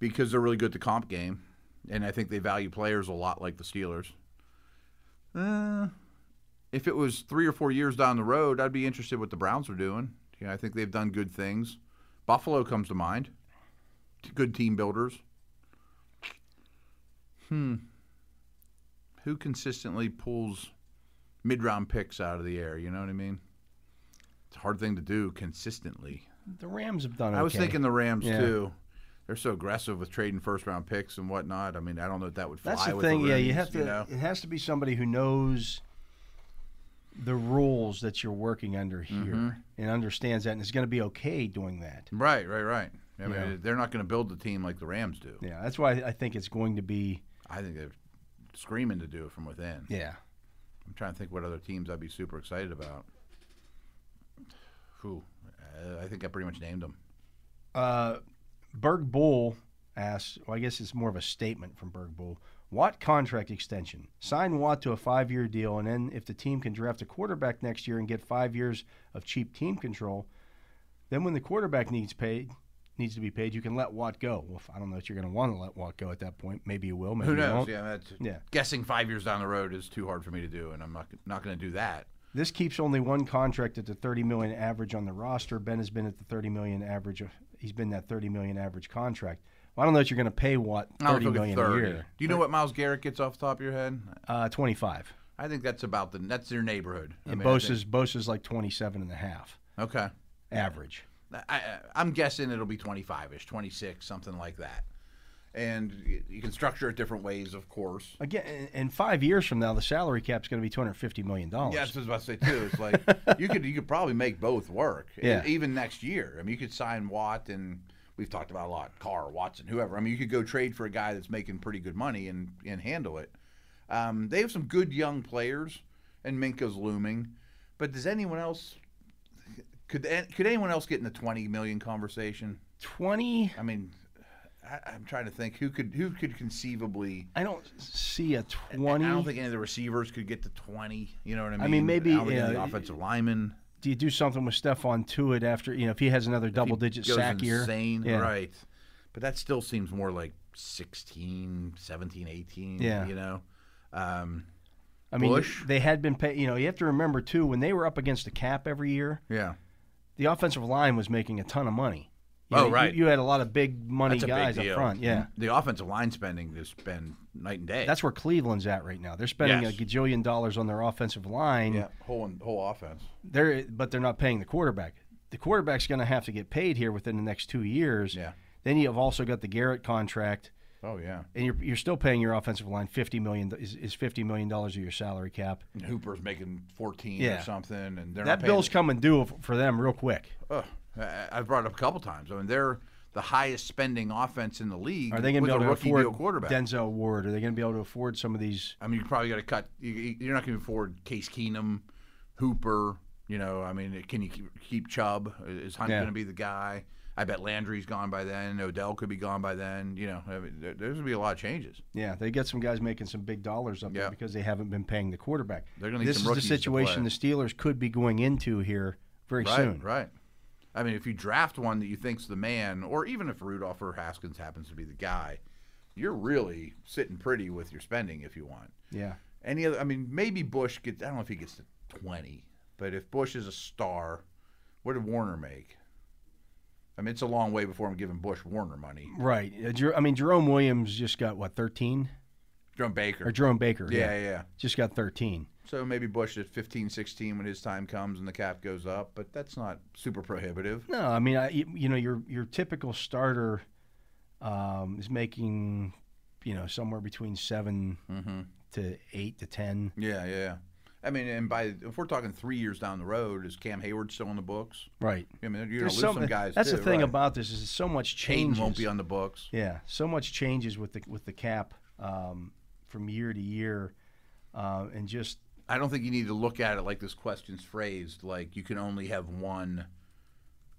Speaker 2: because they're really good at the comp game, and I think they value players a lot like the Steelers. Uh, if it was three or four years down the road, I'd be interested what the Browns are doing. You know, I think they've done good things. Buffalo comes to mind. T- Good team builders. Hmm. Who consistently pulls mid-round picks out of the air? You know what I mean? It's a hard thing to do consistently.
Speaker 1: The Rams have done okay.
Speaker 2: I was thinking the Rams
Speaker 1: Yeah.
Speaker 2: too. They're so aggressive with trading first round picks and whatnot. I mean, I don't know if that would fly.
Speaker 1: that's the
Speaker 2: with
Speaker 1: thing. yeah, you
Speaker 2: Rooneys,
Speaker 1: have to.
Speaker 2: know?
Speaker 1: It has to be somebody who knows the rules that you're working under here
Speaker 2: Mm-hmm.
Speaker 1: and understands that, and is going to be okay doing that.
Speaker 2: Right, right, right. I mean,
Speaker 1: Yeah.
Speaker 2: they're not going to build the team like the Rams do.
Speaker 1: Yeah, that's why I think it's going to be.
Speaker 2: I think they're screaming to do it from within.
Speaker 1: Yeah,
Speaker 2: I'm trying to think what other teams I'd be super excited about. Whew. Uh, I think I pretty much named them.
Speaker 1: Uh, Berg Bull asks, well, I guess it's more of a statement from Berg Bull. Watt contract extension. Sign Watt to a five year deal, and then if the team can draft a quarterback next year and get five years of cheap team control, then when the quarterback needs paid, needs to be paid, you can let Watt go. Well, if- I don't know if you're going to want to let Watt go at that point. Maybe you will. Maybe
Speaker 2: Who
Speaker 1: you
Speaker 2: knows?
Speaker 1: won't.
Speaker 2: Yeah, that's,
Speaker 1: Yeah.
Speaker 2: guessing five years down the road is too hard for me to do, and I'm not not going to do that.
Speaker 1: This keeps only one contract at the 30 million average on the roster. Ben has been at the 30 million average. He's been that 30 million average contract. Well, I don't know that you're going to pay Watt
Speaker 2: I would
Speaker 1: 30
Speaker 2: look at
Speaker 1: million a
Speaker 2: 30.
Speaker 1: year.
Speaker 2: Do you know what Miles Garrett gets off the top of your head?
Speaker 1: Uh, 25.
Speaker 2: I think that's about the that's their neighborhood. I
Speaker 1: And
Speaker 2: mean, I think-
Speaker 1: Bosa's, Bosa's like 27 and a half
Speaker 2: okay.
Speaker 1: average.
Speaker 2: I, I, I'm guessing it'll be 25 ish, 26, something like that. And y- you can structure it different ways, of course.
Speaker 1: Again, in- in five years from now, the salary cap's going to be $250 million.
Speaker 2: Yeah, that's what I was about to say too. It's like you could you could probably make both work. e-
Speaker 1: Yeah.
Speaker 2: Even next year, I mean, you could sign Watt and we've talked about a lot, Carr, Watson, whoever. I mean, you could go trade for a guy that's making pretty good money and and handle it. Um, they have some good young players, and Minka's looming. But does anyone else? Could an- could anyone else get in the 20 million conversation?
Speaker 1: 20.
Speaker 2: I mean, I, I'm trying to think who could who could conceivably.
Speaker 1: I don't see a
Speaker 2: I
Speaker 1: 20.
Speaker 2: don't think any of the receivers could get to 20. You know what I mean?
Speaker 1: mean, maybe, uh,
Speaker 2: I don't think any of
Speaker 1: yeah,
Speaker 2: the offensive linemen.
Speaker 1: do you do something with Stefan Tuitt after you know if he has another double digit
Speaker 2: goes
Speaker 1: sack year?
Speaker 2: insane,
Speaker 1: Yeah.
Speaker 2: right. But that still seems more like 16, 17, 18,
Speaker 1: Yeah.
Speaker 2: you know. Um,
Speaker 1: I mean,
Speaker 2: Bush.
Speaker 1: they had been pay. You know, you have to remember too when they were up against the cap every year,
Speaker 2: yeah.
Speaker 1: the offensive line was making a ton of money. You
Speaker 2: Oh,
Speaker 1: know, you-
Speaker 2: right.
Speaker 1: You, had a lot of big money
Speaker 2: That's a big
Speaker 1: guys up
Speaker 2: deal.
Speaker 1: front. Yeah,
Speaker 2: The offensive line spending has been night and day.
Speaker 1: that's where Cleveland's at right now. They're spending
Speaker 2: Yes.
Speaker 1: a gajillion dollars on their offensive line.
Speaker 2: yeah, whole whole offense.
Speaker 1: They're but they're not paying the quarterback. The quarterback's going to have to get paid here within the next two years.
Speaker 2: Yeah.
Speaker 1: Then you've also got the Garrett contract.
Speaker 2: Oh yeah.
Speaker 1: and you're, you're still paying your offensive line fifty million is, is fifty million dollars of your salary cap.
Speaker 2: And Hooper's making 14
Speaker 1: Yeah.
Speaker 2: or something and they're not
Speaker 1: That
Speaker 2: paying
Speaker 1: bill's coming due f- for them real quick.
Speaker 2: Ugh. I- I've brought it up a couple times. I mean, they're the highest spending offense in the league
Speaker 1: Are they going
Speaker 2: with
Speaker 1: to
Speaker 2: a
Speaker 1: be able
Speaker 2: rookie
Speaker 1: to afford
Speaker 2: deal quarterback.
Speaker 1: Denzel Ward? Are they going to be able to afford some of these?
Speaker 2: I mean, you probably got to cut. You, you- you're not going to afford Case Keenum, Hooper. You know, I mean, can you keep, keep Chubb? Is Hunt
Speaker 1: Yeah.
Speaker 2: going to be the guy? I bet Landry's gone by then. Odell could be gone by then. You know, I mean, there, there's going to be a lot of changes.
Speaker 1: Yeah, they get some guys making some big dollars up there
Speaker 2: Yeah.
Speaker 1: because they haven't been paying the quarterback.
Speaker 2: They're gonna need
Speaker 1: This
Speaker 2: some
Speaker 1: is the
Speaker 2: rookies to
Speaker 1: situation the
Speaker 2: play.
Speaker 1: Steelers could be going into here very
Speaker 2: Right,
Speaker 1: soon.
Speaker 2: right. I mean, if you draft one that you think's the man, or even if Rudolph or Haskins happens to be the guy, you're really sitting pretty with your spending if you want.
Speaker 1: Yeah,
Speaker 2: Any other? I mean, maybe Bush gets. I don't know if he gets to twenty, but if Bush is a star, what did Warner make? I mean, it's a long way before I'm giving Bush Warner money.
Speaker 1: right. Uh, Jer- I mean, Jerome Williams just got what thirteen
Speaker 2: Drum
Speaker 1: or
Speaker 2: Baker.
Speaker 1: Jerome Baker?
Speaker 2: Yeah, yeah, yeah.
Speaker 1: just got thirteen.
Speaker 2: So maybe Bush at 15, 16 when his time comes and the cap goes up, but that's not super prohibitive.
Speaker 1: No, I mean, I, you you know, your your typical starter um, is making, you know, somewhere between 7 to eight to ten.
Speaker 2: Yeah, yeah. yeah. I mean, and by if we're talking three years down the road, is Cam Hayward still in the books?
Speaker 1: Right.
Speaker 2: I mean, you're gonna lose some guys.
Speaker 1: that's the
Speaker 2: too,
Speaker 1: thing
Speaker 2: right?
Speaker 1: about this is so much
Speaker 2: Hayden
Speaker 1: changes.
Speaker 2: won't be on the books.
Speaker 1: yeah, so much changes with the with the cap um, from year to year, uh, and just
Speaker 2: I don't think you need to look at it like this question's phrased. Like you can only have one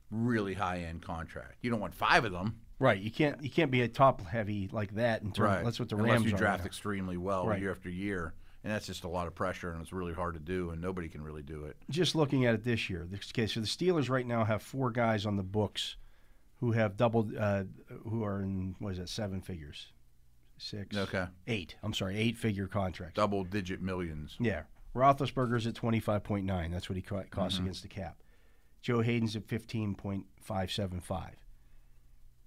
Speaker 2: really high end contract. You don't want five of them,
Speaker 1: right. You can't you can't be a top heavy like that. In terms, That's what the
Speaker 2: Unless
Speaker 1: Rams
Speaker 2: you
Speaker 1: are
Speaker 2: draft
Speaker 1: now.
Speaker 2: extremely well
Speaker 1: Right.
Speaker 2: year after year, and that's just a lot of pressure, and it's really hard to do, and nobody can really do it.
Speaker 1: just looking at it this year, this case, so the Steelers right now have four guys on the books who have doubled, uh, who are in what is that, seven figures, six,
Speaker 2: Okay,
Speaker 1: eight. I'm sorry, eight figure contracts.
Speaker 2: double digit millions.
Speaker 1: Yeah, Roethlisberger's at twenty five point nine. That's what he co- costs
Speaker 2: Mm-hmm.
Speaker 1: against the cap. Joe Hayden's at fifteen point five seven five.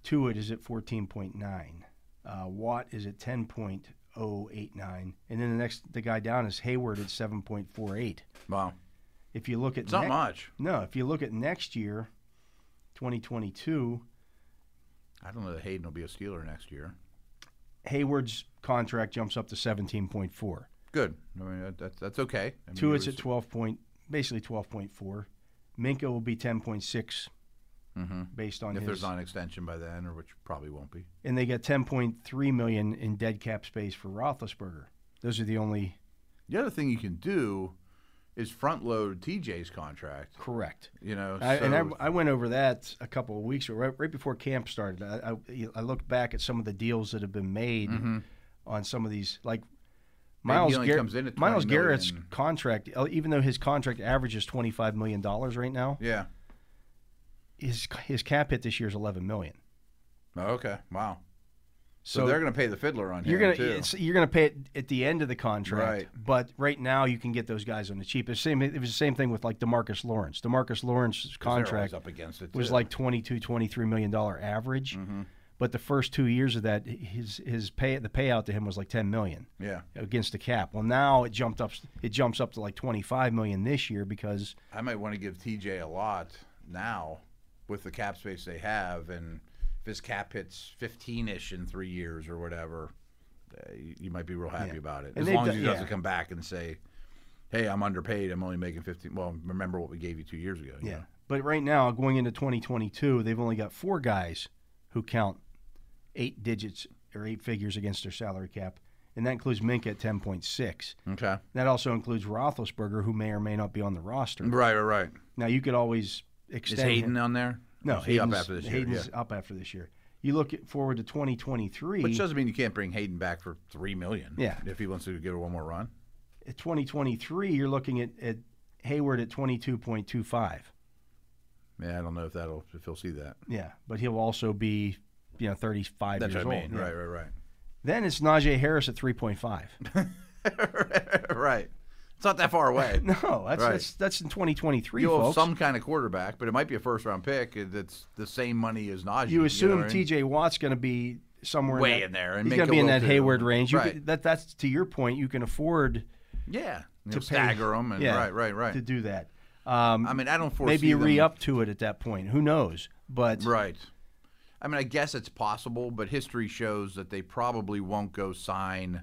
Speaker 1: Tuitt is at fourteen point nine. Uh, Watt is at ten point oh eight nine, and then the next the guy down is Hayward at seven point four eight.
Speaker 2: Wow,
Speaker 1: If you look at
Speaker 2: it's not
Speaker 1: next-
Speaker 2: much.
Speaker 1: no, if you look at next year, 2022,
Speaker 2: I don't know that Hayden will be a Steeler next year.
Speaker 1: Hayward's contract jumps up to 17.4.
Speaker 2: Good. I mean, that, that's that's okay. I mean,
Speaker 1: Two
Speaker 2: he
Speaker 1: is at
Speaker 2: was-
Speaker 1: 12 point, basically 12.4. Minka will be 10.6
Speaker 2: Mhm.
Speaker 1: based on
Speaker 2: If
Speaker 1: his,
Speaker 2: there's not an extension by then, or which probably won't be.
Speaker 1: and they get 10.3 million in dead cap space for Roethlisberger. Those are the only
Speaker 2: The other thing you can do is front load TJ's contract.
Speaker 1: correct.
Speaker 2: You know,
Speaker 1: I, and
Speaker 2: so-
Speaker 1: I, I went over that a couple of weeks ago, right, right before camp started. I, I, I looked back at some of the deals that have been made on some of these, like
Speaker 2: Mm-hmm. Maybe he
Speaker 1: Miles,
Speaker 2: only
Speaker 1: Gar-
Speaker 2: comes in at
Speaker 1: Miles
Speaker 2: 20 million.
Speaker 1: Garrett's contract. uh, Even though his contract averages twenty five million dollars right now,
Speaker 2: yeah.
Speaker 1: his his cap hit this year is eleven million.
Speaker 2: Oh, okay. Wow. So,
Speaker 1: So,
Speaker 2: they're going to pay the fiddler on
Speaker 1: you're gonna
Speaker 2: him too.
Speaker 1: it's, you're gonna pay it at the end of the contract,
Speaker 2: Right.
Speaker 1: but right now you can get those guys on the cheap. It's same. It was the same thing with like Demarcus Lawrence. Demarcus Lawrence's
Speaker 2: 'Cause they're always
Speaker 1: contract
Speaker 2: up against it.
Speaker 1: was
Speaker 2: too.
Speaker 1: like 22 23 million dollar average
Speaker 2: Mm-hmm.
Speaker 1: but the first two years of that his his pay the payout to him was like 10 million
Speaker 2: yeah.
Speaker 1: against the cap well now it jumped up it jumps up to like 25 million this year because
Speaker 2: I might want to give TJ a lot now with the cap space they have, and if his cap hits 15ish in three years or whatever, uh, you, you might be real happy about it.
Speaker 1: And
Speaker 2: as
Speaker 1: they've
Speaker 2: long as
Speaker 1: done-
Speaker 2: he doesn't
Speaker 1: yeah.
Speaker 2: come back and say, "Hey, I'm underpaid. I'm only making 15." Well, remember what we gave you two years ago. you
Speaker 1: yeah
Speaker 2: know?
Speaker 1: but right now going into 2022 they've only got four guys who count eight digits or eight figures against their salary cap and that includes Minka at 10.6
Speaker 2: Okay.
Speaker 1: that also includes Roethlisberger who may or may not be on the roster
Speaker 2: Right. Right. Right.
Speaker 1: now you could always
Speaker 2: Is
Speaker 1: extend him.
Speaker 2: Hayden on there?
Speaker 1: No,
Speaker 2: Is he up
Speaker 1: Hayden's-
Speaker 2: after this year. Yeah.
Speaker 1: Hayden's up after this year. You look at- forward to 2023.
Speaker 2: Which doesn't mean you can't bring Hayden back for three million.
Speaker 1: Yeah.
Speaker 2: If he wants to give it one more run.
Speaker 1: at 2023, you're looking at, at Hayward at 22.25.
Speaker 2: Yeah, I don't know if that'll if he'll see that.
Speaker 1: Yeah, but he'll also be, you know, 35
Speaker 2: That's
Speaker 1: years
Speaker 2: what I
Speaker 1: old.
Speaker 2: mean.
Speaker 1: Yeah.
Speaker 2: Right, right,
Speaker 1: Then it's Najee Harris at 3.5.
Speaker 2: right, right. It's not that far away.
Speaker 1: No, that's that's that's in 2023,
Speaker 2: You'll have
Speaker 1: folks.
Speaker 2: some kind of quarterback, but it might be a first round pick that's the same money as Najee.
Speaker 1: you
Speaker 2: know
Speaker 1: assume
Speaker 2: what I mean?
Speaker 1: T.J. Watt's going to be somewhere
Speaker 2: way
Speaker 1: in, that,
Speaker 2: in there, and
Speaker 1: He's
Speaker 2: make
Speaker 1: going to
Speaker 2: a
Speaker 1: be in
Speaker 2: little
Speaker 1: that
Speaker 2: too.
Speaker 1: Hayward range. You
Speaker 2: Right.
Speaker 1: can- that that's to your point. You can afford
Speaker 2: yeah, you
Speaker 1: to
Speaker 2: know,
Speaker 1: pay-
Speaker 2: stagger them, and
Speaker 1: yeah,
Speaker 2: right, right, right.
Speaker 1: to do that. Um,
Speaker 2: I mean, I don't foresee
Speaker 1: maybe you
Speaker 2: them-
Speaker 1: re up to it at that point. Who knows? But
Speaker 2: Right. I mean, I guess it's possible, but history shows that they probably won't go sign.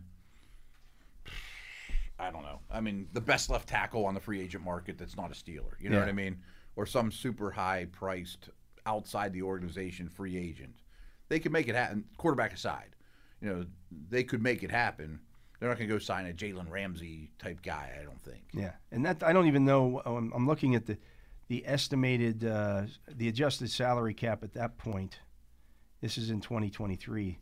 Speaker 2: I don't know. I mean, the best left tackle on the free agent market that's not a Steeler. You know
Speaker 1: Yeah.
Speaker 2: what I mean? Or some super high priced outside the organization free agent. They could make it happen. Quarterback aside, you know, they could make it happen. They're not going to go sign a Jalen Ramsey type guy. I don't think.
Speaker 1: yeah, and that I don't even know. I'm, I'm looking at the the estimated uh, the adjusted salary cap at that point. This is in 2023.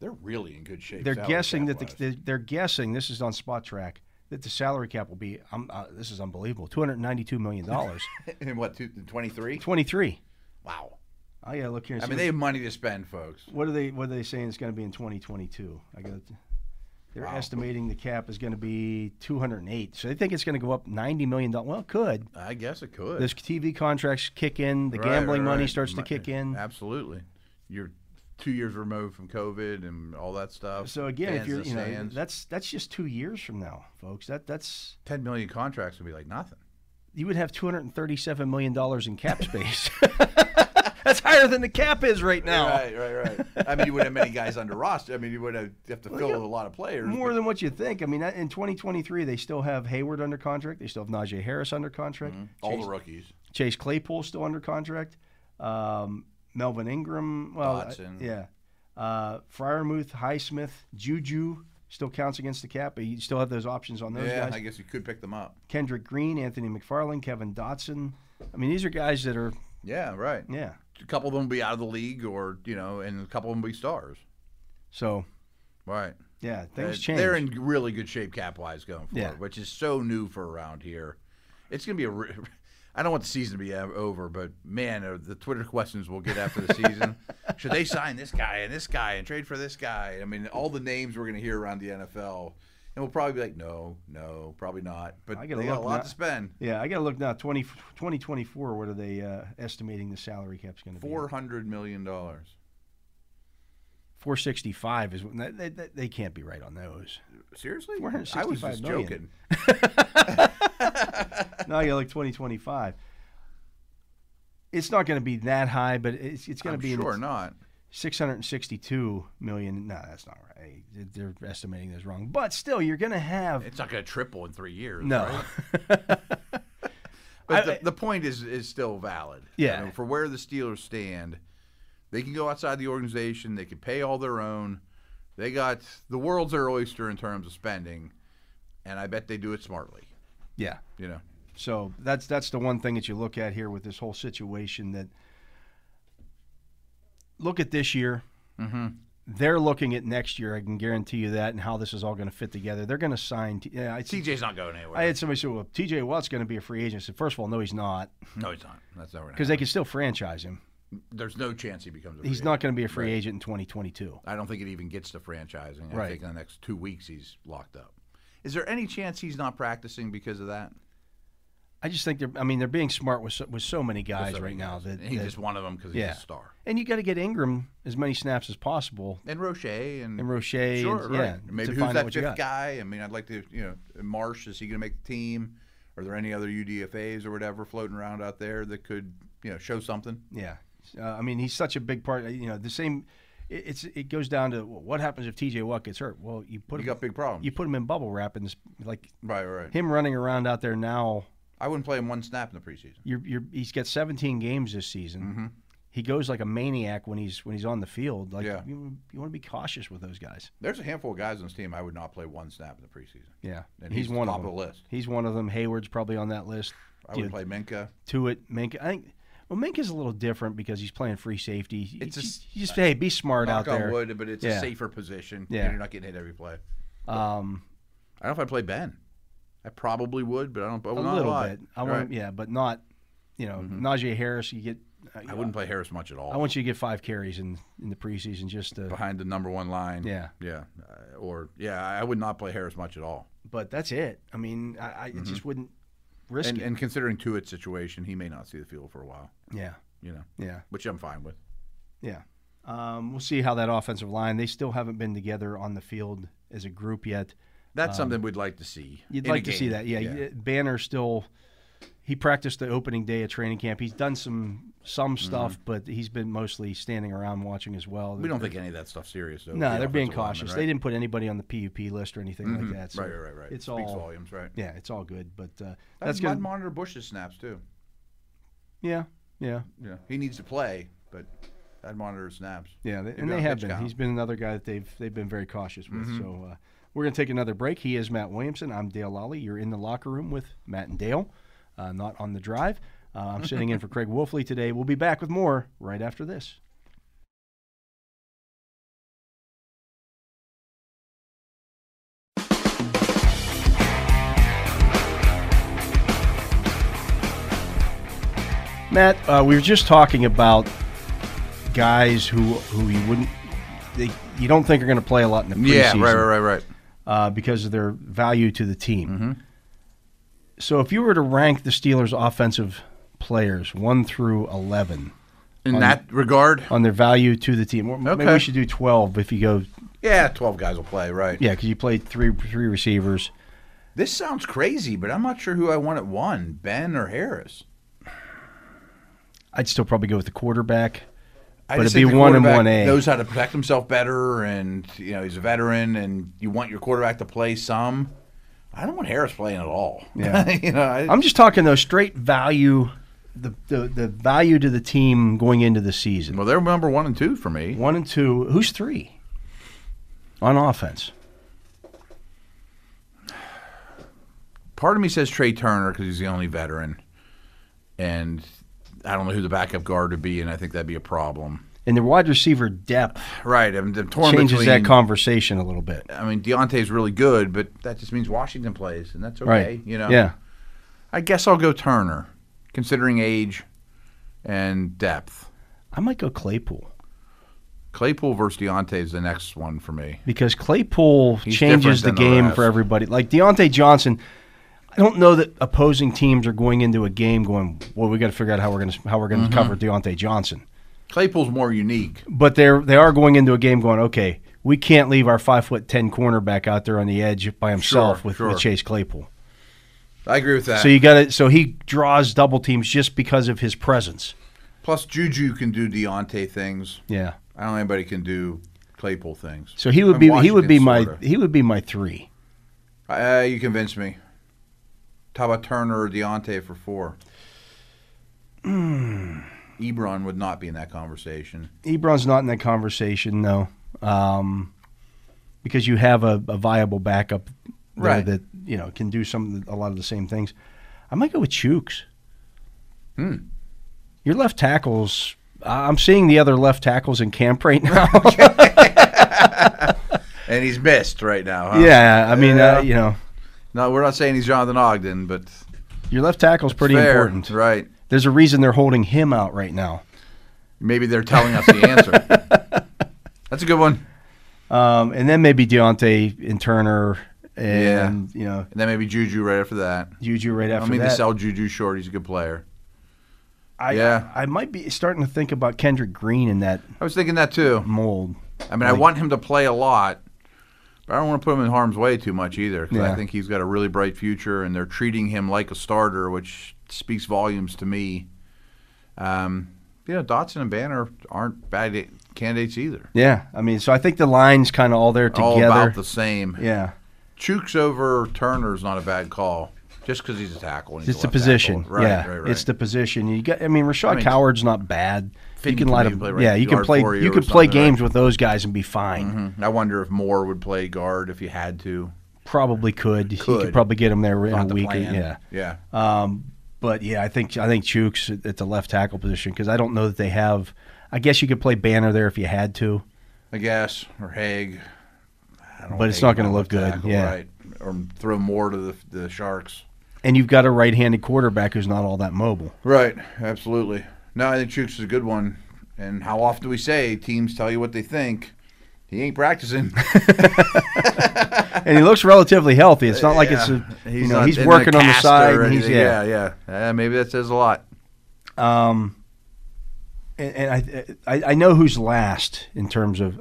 Speaker 2: They're really in good shape.
Speaker 1: They're
Speaker 2: salary
Speaker 1: guessing that the,
Speaker 2: cap-wise.
Speaker 1: they're, they're guessing this is on Spot Track that the salary cap will be. Um, uh, this is unbelievable. 292 million dollars.
Speaker 2: in what two twenty three?
Speaker 1: 23.
Speaker 2: Wow.
Speaker 1: I gotta look here. And
Speaker 2: I
Speaker 1: see
Speaker 2: mean,
Speaker 1: what-
Speaker 2: they have money to spend, folks.
Speaker 1: What are they? What are they saying it's going to be in 2022? I got. They're
Speaker 2: Wow.
Speaker 1: estimating the cap is going to be 208. So they think it's going to go up 90 million dollars. Well, it could.
Speaker 2: I guess it could.
Speaker 1: Those TV contracts kick in. The
Speaker 2: Right,
Speaker 1: gambling
Speaker 2: right,
Speaker 1: money
Speaker 2: right.
Speaker 1: starts to
Speaker 2: Mo-
Speaker 1: kick in.
Speaker 2: Absolutely. You're two years removed from COVID and all that stuff.
Speaker 1: So again, if
Speaker 2: Fans
Speaker 1: you're,
Speaker 2: in the
Speaker 1: you know,
Speaker 2: stands.
Speaker 1: that's that's just two years from now, folks. That that's
Speaker 2: ten million contracts would be like nothing.
Speaker 1: you would have 237 million dollars in cap space. that's higher than the cap is right now.
Speaker 2: right, right. I mean, you wouldn't have many guys under roster. I mean, you would have, you have to fill a lot of players.
Speaker 1: More than what you think. I mean, that- in 2023, they still have Hayward under contract. They still have Najee Harris under contract.
Speaker 2: Mm-hmm. all
Speaker 1: Chase
Speaker 2: the rookies.
Speaker 1: Chase Claypool still under contract. Um, Melvin Ingram, well, I-
Speaker 2: Dotson.
Speaker 1: yeah. Uh, Fryermuth, Highsmith, Juju still counts against the cap, but you still have those options on those
Speaker 2: yeah,
Speaker 1: guys.
Speaker 2: I guess you could pick them up.
Speaker 1: Kendrick Green, Anthony McFarland, Kevin Dotson. I mean, these are guys that are,
Speaker 2: Yeah, right.
Speaker 1: yeah.
Speaker 2: A couple of them will be out of the league, or you know, and a couple of them will be stars.
Speaker 1: So,
Speaker 2: Right.
Speaker 1: yeah, things
Speaker 2: Uh,
Speaker 1: change.
Speaker 2: They're in really good shape cap wise going forward,
Speaker 1: Yeah.
Speaker 2: which is so new for around here. It's going to be a. Re- I don't want the season to be ev- over, but man, uh, the Twitter questions we'll get after the season. Should they sign this guy and this guy and trade for this guy? I mean, all the names we're going to hear around the NFL, and we'll probably be like, no, no, probably not. But
Speaker 1: I
Speaker 2: they
Speaker 1: gotta
Speaker 2: got a
Speaker 1: look
Speaker 2: lot
Speaker 1: now.
Speaker 2: to spend.
Speaker 1: yeah, I got to look now. 20, 2024, what are they uh, estimating the salary cap's going to be?
Speaker 2: Four hundred million dollars.
Speaker 1: 465 is what they, they, they can't be right on those.
Speaker 2: Seriously? I was
Speaker 1: $465
Speaker 2: just
Speaker 1: million.
Speaker 2: joking.
Speaker 1: No, yeah, like 2025. It's not going to be that high, but it's, it's going
Speaker 2: I'm
Speaker 1: to be in
Speaker 2: sure
Speaker 1: the
Speaker 2: not.
Speaker 1: 662 million. No, that's not right. They're estimating this wrong. But still, you're going to have
Speaker 2: It's not going to triple in three years.
Speaker 1: no.
Speaker 2: right? But
Speaker 1: I-
Speaker 2: the, the point is is still valid. I
Speaker 1: Yeah.
Speaker 2: mean, for where the Steelers stand, they can go outside the organization. They can pay all their own. They got the world's their oyster in terms of spending, and I bet they do it smartly.
Speaker 1: yeah.
Speaker 2: You know,
Speaker 1: So that's that's the one thing that you look at here with this whole situation. That look at this year. Mm-hmm. They're looking at next year. I can guarantee you that, and how this is all going to fit together. They're going to sign. T- yeah, I
Speaker 2: TJ's not going anywhere.
Speaker 1: I had somebody say, "Well, T.J. Watt's going to be a free agent." I said, first of all, no, he's not,
Speaker 2: no, he's not. That's not
Speaker 1: because
Speaker 2: because
Speaker 1: they can still franchise him.
Speaker 2: there's no chance he becomes. A free
Speaker 1: He's
Speaker 2: agent.
Speaker 1: not going to be a free agent in 2022.
Speaker 2: I don't think it even gets to franchising. I
Speaker 1: Right.
Speaker 2: think in the next two weeks he's locked up. Is there any chance he's not practicing because of that?
Speaker 1: I just think they're. I mean, they're being smart with so, with so many guys
Speaker 2: So
Speaker 1: right now that,
Speaker 2: he's
Speaker 1: that-
Speaker 2: just one of them because he's
Speaker 1: Yeah.
Speaker 2: a star.
Speaker 1: and you got to get Ingram as many snaps as possible
Speaker 2: And Roche and
Speaker 1: and Roche. and-
Speaker 2: Sure, right.
Speaker 1: yeah,
Speaker 2: Maybe
Speaker 1: to
Speaker 2: who's
Speaker 1: find out
Speaker 2: that
Speaker 1: what you got.
Speaker 2: fifth guy? I mean, I'd like to, you know, Marsh, is he going to make the team? Are there any other UDFAs or whatever floating around out there that could, you know, show something?
Speaker 1: Yeah, uh, I mean, he's such a big part. You know, the same. It, it's it goes down to well, what happens if T.J. Watt gets hurt. Well, you put
Speaker 2: You
Speaker 1: him,
Speaker 2: got big problems.
Speaker 1: you put him in bubble wrap, and it's like
Speaker 2: right, right.
Speaker 1: him running around out there now.
Speaker 2: I wouldn't play him one snap in the preseason.
Speaker 1: you're, you're, he's got 17 games this season.
Speaker 2: Mm-hmm.
Speaker 1: He goes like a maniac when he's when he's on the field. Like
Speaker 2: Yeah.
Speaker 1: you, you want to be cautious with those guys.
Speaker 2: There's a handful of guys on this team I would not play one snap in the preseason.
Speaker 1: Yeah,
Speaker 2: And
Speaker 1: he's,
Speaker 2: he's
Speaker 1: one
Speaker 2: top
Speaker 1: of
Speaker 2: of
Speaker 1: them.
Speaker 2: the list.
Speaker 1: He's one of them. Hayward's probably on that list.
Speaker 2: I would play Minka.
Speaker 1: to it, Minka. I think. Well, Minka's a little different because he's playing free safety. You
Speaker 2: It's a
Speaker 1: just,
Speaker 2: s-
Speaker 1: you just hey, be smart out
Speaker 2: Knock on
Speaker 1: there.
Speaker 2: wood, but it's
Speaker 1: Yeah.
Speaker 2: a safer position.
Speaker 1: Yeah.
Speaker 2: You're not getting hit every play.
Speaker 1: Um,
Speaker 2: I don't know if I'd play Ben. I probably would, but I don't. But
Speaker 1: a
Speaker 2: not
Speaker 1: little
Speaker 2: a lot.
Speaker 1: bit. I
Speaker 2: All
Speaker 1: want,
Speaker 2: right. Mm-hmm.
Speaker 1: yeah, but not, you know, Najee Harris. You get, I,
Speaker 2: I wouldn't play Harris much at all.
Speaker 1: I want you to get five carries in in the preseason just to.
Speaker 2: behind the number one line.
Speaker 1: Yeah.
Speaker 2: yeah, Uh, or yeah, I would not play Harris much at all.
Speaker 1: But that's it. I mean, I, I it just wouldn't risk
Speaker 2: Mm-hmm. And
Speaker 1: it.
Speaker 2: and considering Tuitt's situation, he may not see the field for a while.
Speaker 1: yeah,
Speaker 2: You know,
Speaker 1: yeah,
Speaker 2: which I'm fine with.
Speaker 1: yeah. Um, we'll see how that offensive line. They still haven't been together on the field as a group yet.
Speaker 2: That's something we'd like to see.
Speaker 1: Um, You'd
Speaker 2: in a
Speaker 1: like to see
Speaker 2: game.
Speaker 1: that. Yeah, y- Banner still he practiced the opening day of training camp. He's done some some
Speaker 2: Mm-hmm.
Speaker 1: stuff, but he's been mostly standing around watching as well.
Speaker 2: we don't think any of that stuff's serious though.
Speaker 1: No,
Speaker 2: with the
Speaker 1: they're being
Speaker 2: offensive linemen,
Speaker 1: cautious.
Speaker 2: right? Mm-hmm.
Speaker 1: They didn't put anybody on the PUP list or anything like that. So
Speaker 2: Right, right, right, right.
Speaker 1: It's
Speaker 2: Speaks
Speaker 1: all
Speaker 2: volumes, right?
Speaker 1: yeah, it's all good. But uh,
Speaker 2: That's
Speaker 1: that's
Speaker 2: good.
Speaker 1: good.
Speaker 2: monitor Bush's snaps too.
Speaker 1: Yeah, yeah,
Speaker 2: Yeah, he needs to play, but I'd monitor his snaps.
Speaker 1: yeah. They, and
Speaker 2: got
Speaker 1: they
Speaker 2: a
Speaker 1: have
Speaker 2: pitch
Speaker 1: been.
Speaker 2: count.
Speaker 1: He's been another guy that they've they've been very cautious with. So uh, we're gonna take another break. He is Matt Williamson. I'm Dale Lally. You're in the locker room with Matt and Dale, uh, not on the drive. Uh, I'm sitting in for Craig Wolfley today. We'll be back with more right after this. Matt, uh, we were just talking about guys who who you wouldn't they, you don't think are going to play a lot in the preseason
Speaker 2: Yeah, right, Mm-hmm. right, right, right.
Speaker 1: Uh, because of their value to the team. So if you were to rank the Steelers' offensive players one through eleven
Speaker 2: In that regard,
Speaker 1: on their value to the team, or maybe we
Speaker 2: Okay.
Speaker 1: should do twelve if you go
Speaker 2: yeah, twelve guys will play, right?
Speaker 1: yeah because you played three three receivers.
Speaker 2: This sounds crazy, but I'm not sure who I want at one, Ben or Harris.
Speaker 1: I'd still probably go with the quarterback.
Speaker 2: I
Speaker 1: But
Speaker 2: just
Speaker 1: it'd
Speaker 2: think
Speaker 1: be
Speaker 2: the
Speaker 1: one and
Speaker 2: quarterback
Speaker 1: one A.
Speaker 2: Knows how to protect himself better, and you know he's a veteran, and you want your quarterback to play some. I don't want Harris playing at all.
Speaker 1: Yeah.
Speaker 2: you know, I,
Speaker 1: I'm just talking though straight value, the, the the value to the team going into the season.
Speaker 2: well, they're number one and two for me.
Speaker 1: One and two. Who's three? On offense.
Speaker 2: Part of me says Trey Turner because he's the only veteran, and I don't know who the backup guard would be, and I think that'd be a problem.
Speaker 1: And the wide receiver depth
Speaker 2: Right, I'm, I'm torn
Speaker 1: changes
Speaker 2: between.
Speaker 1: that conversation a little bit.
Speaker 2: I mean, Deontay's really good, but that just means Washington plays, and that's okay.
Speaker 1: Right.
Speaker 2: You know,
Speaker 1: Yeah.
Speaker 2: I guess I'll go Turner, considering age and depth.
Speaker 1: I might go Claypool
Speaker 2: Claypool versus Deontay is the next one for me.
Speaker 1: because Claypool
Speaker 2: He's
Speaker 1: changes
Speaker 2: different
Speaker 1: the
Speaker 2: than the
Speaker 1: game
Speaker 2: rest.
Speaker 1: for everybody. Like Deontay Johnson, I don't know that opposing teams are going into a game going, "Well, we got to figure out how we're going to how we're
Speaker 2: Mm-hmm.
Speaker 1: going to cover Deontay Johnson."
Speaker 2: Claypool's more unique.
Speaker 1: But they're they are going into a game going, "Okay, we can't leave our five foot ten cornerback out there on the edge by himself with,
Speaker 2: sure.
Speaker 1: with Chase Claypool."
Speaker 2: I agree with that.
Speaker 1: So you got to So he draws double teams just because of his presence.
Speaker 2: Plus, Juju can do Deontay things.
Speaker 1: Yeah.
Speaker 2: I don't know anybody can do Claypool things.
Speaker 1: So he would
Speaker 2: And
Speaker 1: be he would be my
Speaker 2: Washington,
Speaker 1: he would be my three.
Speaker 2: sorta. Uh, you convinced me. How about Turner or Deontay for four?
Speaker 1: Hmm.
Speaker 2: Ebron would not be in that conversation.
Speaker 1: Ebron's not in that conversation though, um, because you have a, a viable backup there
Speaker 2: Right.
Speaker 1: that you know can do some a lot of the same things. I might go with Chooks.
Speaker 2: Hmm.
Speaker 1: Your left tackles. I- I'm seeing the other left tackles in camp right now.
Speaker 2: And he's missed right now. Huh?
Speaker 1: yeah, I mean,
Speaker 2: Yeah.
Speaker 1: Uh, you know,
Speaker 2: No, we're not saying he's Jonathan Ogden, but
Speaker 1: your left tackle's pretty
Speaker 2: fair,
Speaker 1: important.
Speaker 2: right?
Speaker 1: There's a reason they're holding him out right now.
Speaker 2: Maybe they're telling us the answer. That's a good one.
Speaker 1: Um, and then maybe Deontay and Turner and you know
Speaker 2: And then maybe Juju right after that.
Speaker 1: Juju right
Speaker 2: I
Speaker 1: after
Speaker 2: mean,
Speaker 1: that.
Speaker 2: they sell Juju short. He's a good player.
Speaker 1: I,
Speaker 2: yeah.
Speaker 1: I might be starting to think about Kendrick Green in that
Speaker 2: I was thinking that too.
Speaker 1: mold.
Speaker 2: I mean, I want him to play a lot, but I don't want to put him in harm's way too much either. 'cause
Speaker 1: Yeah.
Speaker 2: I think he's got a really bright future, and they're treating him like a starter, which speaks volumes to me. Um, you know, Dotson and Banner aren't bad i- candidates either.
Speaker 1: Yeah, I mean, so I think the line's kind of all there together.
Speaker 2: All about the same.
Speaker 1: yeah,
Speaker 2: Chooks over Turner's not a bad call, just because he's a tackle. and he's
Speaker 1: it's
Speaker 2: a
Speaker 1: the
Speaker 2: left
Speaker 1: position.
Speaker 2: tackle. Right,
Speaker 1: yeah,
Speaker 2: right, right.
Speaker 1: it's the position. You got. I mean, Rashad
Speaker 2: I mean,
Speaker 1: Coward's not bad. You
Speaker 2: Finney
Speaker 1: can
Speaker 2: can
Speaker 1: light
Speaker 2: maybe
Speaker 1: up.
Speaker 2: play right
Speaker 1: yeah, you can
Speaker 2: guard
Speaker 1: play.
Speaker 2: for you
Speaker 1: You
Speaker 2: or
Speaker 1: can play
Speaker 2: something, right?
Speaker 1: games with those guys and be fine.
Speaker 2: Mhm. I wonder if Moore would play guard if he had to.
Speaker 1: Probably could. You could
Speaker 2: Could.
Speaker 1: probably get him there in a
Speaker 2: Not the
Speaker 1: week. or-
Speaker 2: plan.
Speaker 1: Yeah.
Speaker 2: Yeah.
Speaker 1: Um, but yeah, I think I think Chooks at- at the left tackle position because I don't know that they have. I guess you could play Banner there if you had to.
Speaker 2: I guess, or Haig. I don't
Speaker 1: But it's
Speaker 2: Haig
Speaker 1: not gonna
Speaker 2: might
Speaker 1: look good,
Speaker 2: tackle,
Speaker 1: yeah.
Speaker 2: Right. or throw more to the, the Sharks.
Speaker 1: And you've got a right-handed quarterback who's not all that mobile.
Speaker 2: Right, absolutely. No, I think Chooks is a good one. And how often do we say teams tell you what they think? He ain't practicing.
Speaker 1: And he looks relatively healthy. It's not like it's a,
Speaker 2: Yeah.
Speaker 1: you know
Speaker 2: not
Speaker 1: he's
Speaker 2: in
Speaker 1: working on the
Speaker 2: cast
Speaker 1: side.
Speaker 2: or
Speaker 1: And he's,
Speaker 2: anything.
Speaker 1: yeah.
Speaker 2: yeah, yeah. Uh, maybe that says a lot.
Speaker 1: Um, and, and I, I I know who's last in terms of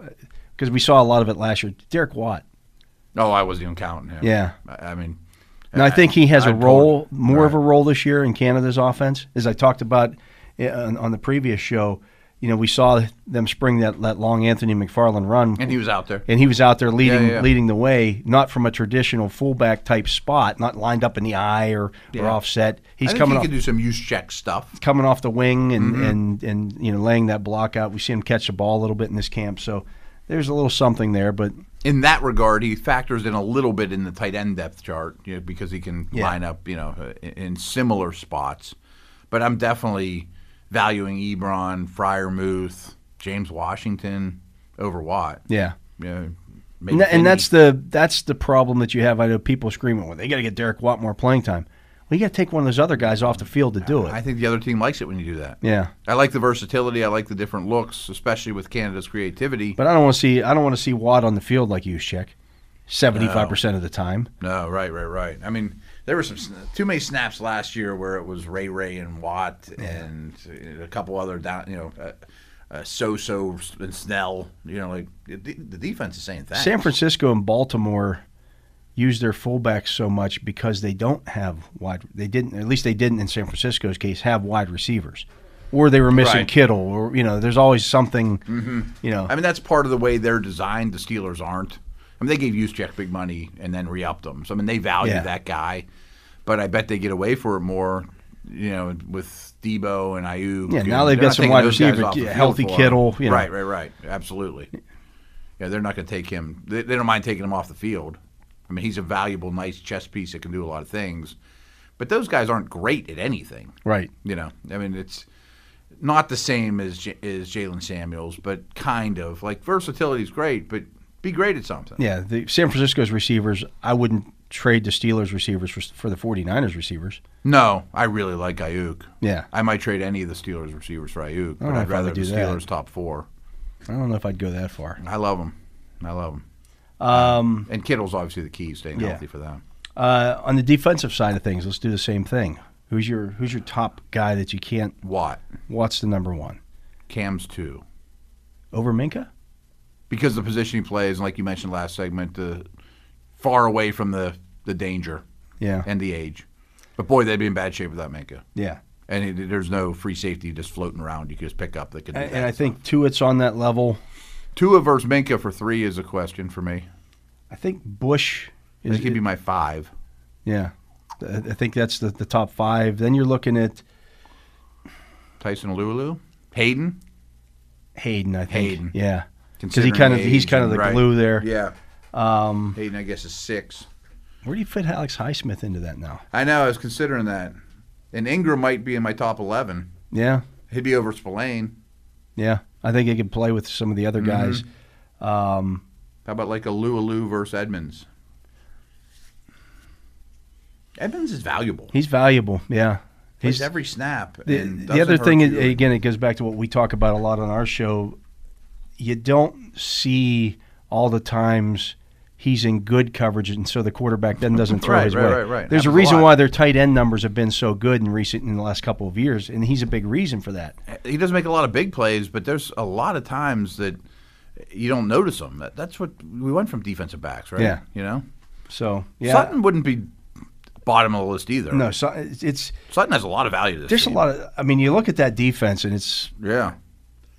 Speaker 1: because we saw a lot of it last year. Derek Watt.
Speaker 2: No, Oh, I wasn't even counting him.
Speaker 1: Yeah.
Speaker 2: I, I mean,
Speaker 1: Now I think he has a
Speaker 2: I'd
Speaker 1: role,
Speaker 2: totally-
Speaker 1: more of a role this year in Canada's offense, as I talked about uh, on, on the previous show. You know, we saw them spring that, that long Anthony McFarland run,
Speaker 2: and he was out there.
Speaker 1: and he was out there leading
Speaker 2: yeah.
Speaker 1: leading the way, not from a traditional fullback type spot, not lined up in the eye or, or
Speaker 2: Yeah.
Speaker 1: offset.
Speaker 2: I
Speaker 1: He's
Speaker 2: think
Speaker 1: coming
Speaker 2: he
Speaker 1: off
Speaker 2: could do Mm-hmm. some use check stuff.
Speaker 1: coming off the wing and, and and you know laying that block out. We see him catch the ball a little bit in this camp, so there's a little something there. But
Speaker 2: in that regard, he factors in a little bit in the tight end depth chart you know, because he can
Speaker 1: Yeah.
Speaker 2: line up, you know, uh, in- in similar spots. But I'm definitely valuing Ebron, Fryermuth, James Washington over Watt.
Speaker 1: yeah,
Speaker 2: You know, maybe
Speaker 1: and, that,
Speaker 2: Finney.
Speaker 1: and that's the that's the problem that you have. I know people screaming, "Well, they got to get Derek Watt more playing time." Well, you got to take one of those other guys off the field to do
Speaker 2: I
Speaker 1: it.
Speaker 2: think the other team likes it when you do that.
Speaker 1: Yeah,
Speaker 2: I like the versatility. I like the different looks, especially with Canada's creativity.
Speaker 1: but I don't want to see I don't want to see Watt on the field like check seventy five percent of the time.
Speaker 2: No, right, right, right. I mean, there were some sn- too many snaps last year where it was Ray Ray and Watt and uh, a couple other down, you know, uh, uh, So-So and Snell. You know, like the, the defense is saying that.
Speaker 1: San Francisco and Baltimore use their fullbacks so much because they don't have wide. They didn't, at least they didn't in San Francisco's case, have wide receivers, or they were missing
Speaker 2: Right. Mm-hmm.
Speaker 1: Kittle, or you know, there's always something. You know,
Speaker 2: I mean, that's part of the way they're designed. The Steelers aren't. I mean, they gave Juszczyk big money and then re-upped him. So I mean, they value
Speaker 1: Yeah.
Speaker 2: that guy, but I bet they get away for it more. You know, with Debo and Ayuk.
Speaker 1: Yeah,
Speaker 2: and
Speaker 1: now they've
Speaker 2: they're
Speaker 1: got
Speaker 2: not
Speaker 1: some
Speaker 2: taking
Speaker 1: wide
Speaker 2: those guys
Speaker 1: receivers,
Speaker 2: off the
Speaker 1: yeah,
Speaker 2: field
Speaker 1: healthy
Speaker 2: for him.
Speaker 1: Kittle, you know.
Speaker 2: Right, right, right. Absolutely. Yeah, they're not going to take him. They, they don't mind taking him off the field. I mean, he's a valuable, nice chess piece that can do a lot of things. But those guys aren't great at anything.
Speaker 1: right?
Speaker 2: You know, I mean, it's not the same as J- as Jalen Samuels, but kind of like versatility is great, but be great at something.
Speaker 1: Yeah, the San Francisco's receivers, I wouldn't trade the Steelers receivers for, for the 49ers receivers.
Speaker 2: No, I really like Ayuk.
Speaker 1: Yeah,
Speaker 2: I might trade any of the Steelers receivers for Ayuk,
Speaker 1: don't
Speaker 2: but
Speaker 1: know
Speaker 2: I'd
Speaker 1: if I would
Speaker 2: rather the
Speaker 1: do that.
Speaker 2: Steelers top four.
Speaker 1: I don't know if I'd go that far.
Speaker 2: I love them. I love them.
Speaker 1: Um,
Speaker 2: And Kittle's obviously the key, staying
Speaker 1: Yeah.
Speaker 2: healthy for them.
Speaker 1: uh, on the defensive side of things, let's do the same thing. Who's your Who's your top guy that you can't?
Speaker 2: Watt,
Speaker 1: What's the number one
Speaker 2: Cam's two.
Speaker 1: over Minka?
Speaker 2: because the position he plays, and like you mentioned last segment, the far away from the, the danger
Speaker 1: Yeah,
Speaker 2: and the age. But boy, they'd be in bad shape without Minka.
Speaker 1: yeah.
Speaker 2: And it, there's no free safety just floating around you could just pick up that could do
Speaker 1: And,
Speaker 2: that.
Speaker 1: and I think Tuitt's on that level.
Speaker 2: Tua versus Minka for three is a question for me.
Speaker 1: I think Bush
Speaker 2: I
Speaker 1: is
Speaker 2: think he'd be my five.
Speaker 1: yeah. I I think that's the, the top five. Then you're looking at
Speaker 2: Tyson Lulu, Hayden,
Speaker 1: Hayden. I think
Speaker 2: Hayden.
Speaker 1: yeah, because he
Speaker 2: considering
Speaker 1: kind of
Speaker 2: the
Speaker 1: he's
Speaker 2: age
Speaker 1: kind of
Speaker 2: and-
Speaker 1: the
Speaker 2: right.
Speaker 1: glue there.
Speaker 2: Yeah,
Speaker 1: Um,
Speaker 2: Hayden, I guess is six.
Speaker 1: where do you fit Alex Highsmith into that now?
Speaker 2: I know. I was considering that, and Ingram might be in my top eleven.
Speaker 1: Yeah,
Speaker 2: He'd be over Spillane.
Speaker 1: yeah. I think he could play with some of the other
Speaker 2: Mm-hmm.
Speaker 1: guys. Um,
Speaker 2: How about like a Lualu versus Edmonds? Edmonds is valuable.
Speaker 1: he's valuable. Yeah,
Speaker 2: He's
Speaker 1: he's
Speaker 2: every snap.
Speaker 1: The,
Speaker 2: and
Speaker 1: the other
Speaker 2: doesn't
Speaker 1: thing,
Speaker 2: hurt
Speaker 1: is, uh,
Speaker 2: you.
Speaker 1: again, it goes back to what we talk about a lot on our show. You don't see all the times he's in good coverage, and so the quarterback then doesn't throw
Speaker 2: Right,
Speaker 1: his
Speaker 2: right,
Speaker 1: way.
Speaker 2: right, right.
Speaker 1: There's a
Speaker 2: Happens a
Speaker 1: reason
Speaker 2: lot.
Speaker 1: why their tight end numbers have been so good in recent in the last couple of years, and he's a big reason for that.
Speaker 2: he doesn't make a lot of big plays, but there's a lot of times that you don't notice him. That, that's what we went from defensive backs, right?
Speaker 1: Yeah.
Speaker 2: You know,
Speaker 1: So yeah,
Speaker 2: Sutton wouldn't be bottom of the list either.
Speaker 1: no, so it's, it's
Speaker 2: Sutton has a lot of value. to This
Speaker 1: there's a
Speaker 2: team.
Speaker 1: lot of. I mean, you look at that defense, and it's
Speaker 2: Yeah.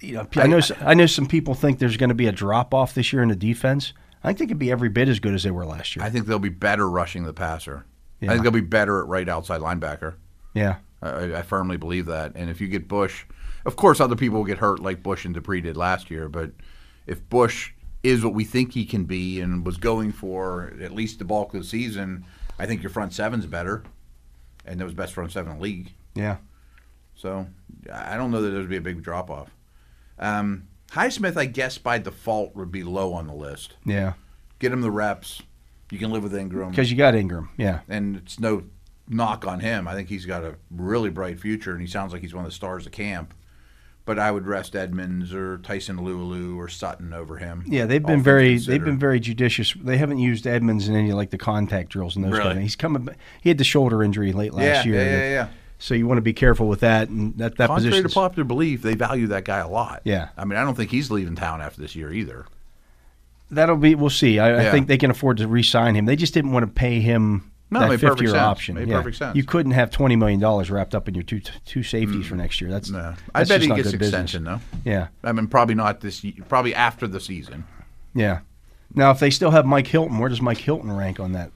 Speaker 1: you know, I know s- I know some people think there's going to be a drop off this year in the defense. I think they could be every bit as good as they were last year.
Speaker 2: I think they'll be better rushing the passer.
Speaker 1: Yeah.
Speaker 2: I think they'll be better at right outside linebacker.
Speaker 1: yeah,
Speaker 2: I- I, I firmly believe that. And if you get Bush, of course, other people will get hurt like Bush and Dupree did last year. But if Bush is what we think he can be and was going for at least the bulk of the season, I think your front seven's better. And that was best front seven in the league.
Speaker 1: yeah.
Speaker 2: So I don't know that there'd be a big drop off. Um, Highsmith, I guess by default, would be low on the list.
Speaker 1: Yeah.
Speaker 2: Get him the reps. You can live with Ingram.
Speaker 1: because you got Ingram. Yeah.
Speaker 2: and it's no knock on him. I think he's got a really bright future, and he sounds like he's one of the stars of camp. But I would rest Edmonds or Tyson Lulu or Sutton over him.
Speaker 1: Yeah, they've
Speaker 2: all
Speaker 1: been
Speaker 2: things
Speaker 1: very
Speaker 2: considered.
Speaker 1: they've been very judicious. They haven't used Edmonds in any like the contact drills and those kind of
Speaker 2: Really?
Speaker 1: things. He's coming. ba- He had the shoulder injury late last
Speaker 2: yeah,
Speaker 1: year,
Speaker 2: yeah, yeah, yeah.
Speaker 1: so you want to be careful with that and that that
Speaker 2: Contrary
Speaker 1: position.
Speaker 2: to popular belief, they value that guy a lot.
Speaker 1: Yeah.
Speaker 2: I mean, I don't think he's leaving town after this year either.
Speaker 1: That'll be. We'll see. I, I
Speaker 2: Yeah.
Speaker 1: think they can afford to re-sign him. They just didn't want to pay him
Speaker 2: No,
Speaker 1: that
Speaker 2: made perfect
Speaker 1: fifty-year
Speaker 2: sense.
Speaker 1: option.
Speaker 2: Made
Speaker 1: Yeah.
Speaker 2: perfect sense. Mm.
Speaker 1: You couldn't have twenty million dollars wrapped up in your two two safeties for next year. That's
Speaker 2: No. I
Speaker 1: that's
Speaker 2: bet
Speaker 1: just
Speaker 2: he
Speaker 1: not
Speaker 2: gets
Speaker 1: good business.
Speaker 2: extension though.
Speaker 1: Yeah,
Speaker 2: I mean, probably not this. ye- Probably after the season.
Speaker 1: yeah. Now, if they still have Mike Hilton, where does Mike Hilton rank on that?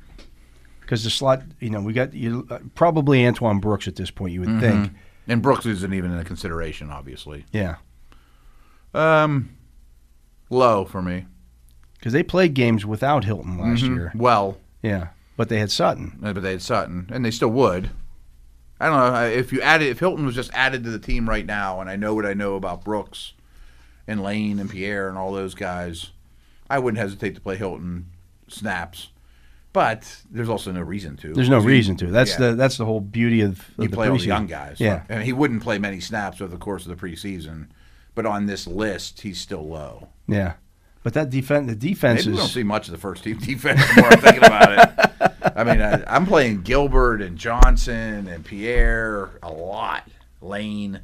Speaker 1: Because the slot, you know, we got you uh, probably Antoine Brooks at this point. You would
Speaker 2: Mm-hmm.
Speaker 1: think.
Speaker 2: And Brooks isn't even a consideration, obviously.
Speaker 1: Yeah,
Speaker 2: Um, low for me.
Speaker 1: because they played games without Hilton last
Speaker 2: Mm-hmm.
Speaker 1: year.
Speaker 2: Well,
Speaker 1: Yeah, but they had Sutton.
Speaker 2: Uh, but they had Sutton, and they still would. I don't know uh, if you added if Hilton was just added to the team right now, and I know what I know about Brooks and Lane and Pierre and all those guys. I wouldn't hesitate to play Hilton snaps, but there's also no reason to.
Speaker 1: There's no
Speaker 2: You-
Speaker 1: reason to. That's
Speaker 2: yeah.
Speaker 1: the that's the whole beauty of, of
Speaker 2: you
Speaker 1: the
Speaker 2: play all the
Speaker 1: preseason.
Speaker 2: young guys.
Speaker 1: Yeah.
Speaker 2: I mean, he wouldn't play many snaps over the course of the preseason, but on this list, he's still low.
Speaker 1: Yeah, but that defense, the defense
Speaker 2: Maybe we
Speaker 1: is
Speaker 2: don't see much of the first team defense. The more I'm thinking about it, I mean, I, I'm playing Gilbert and Johnson and Pierre a lot. Lane,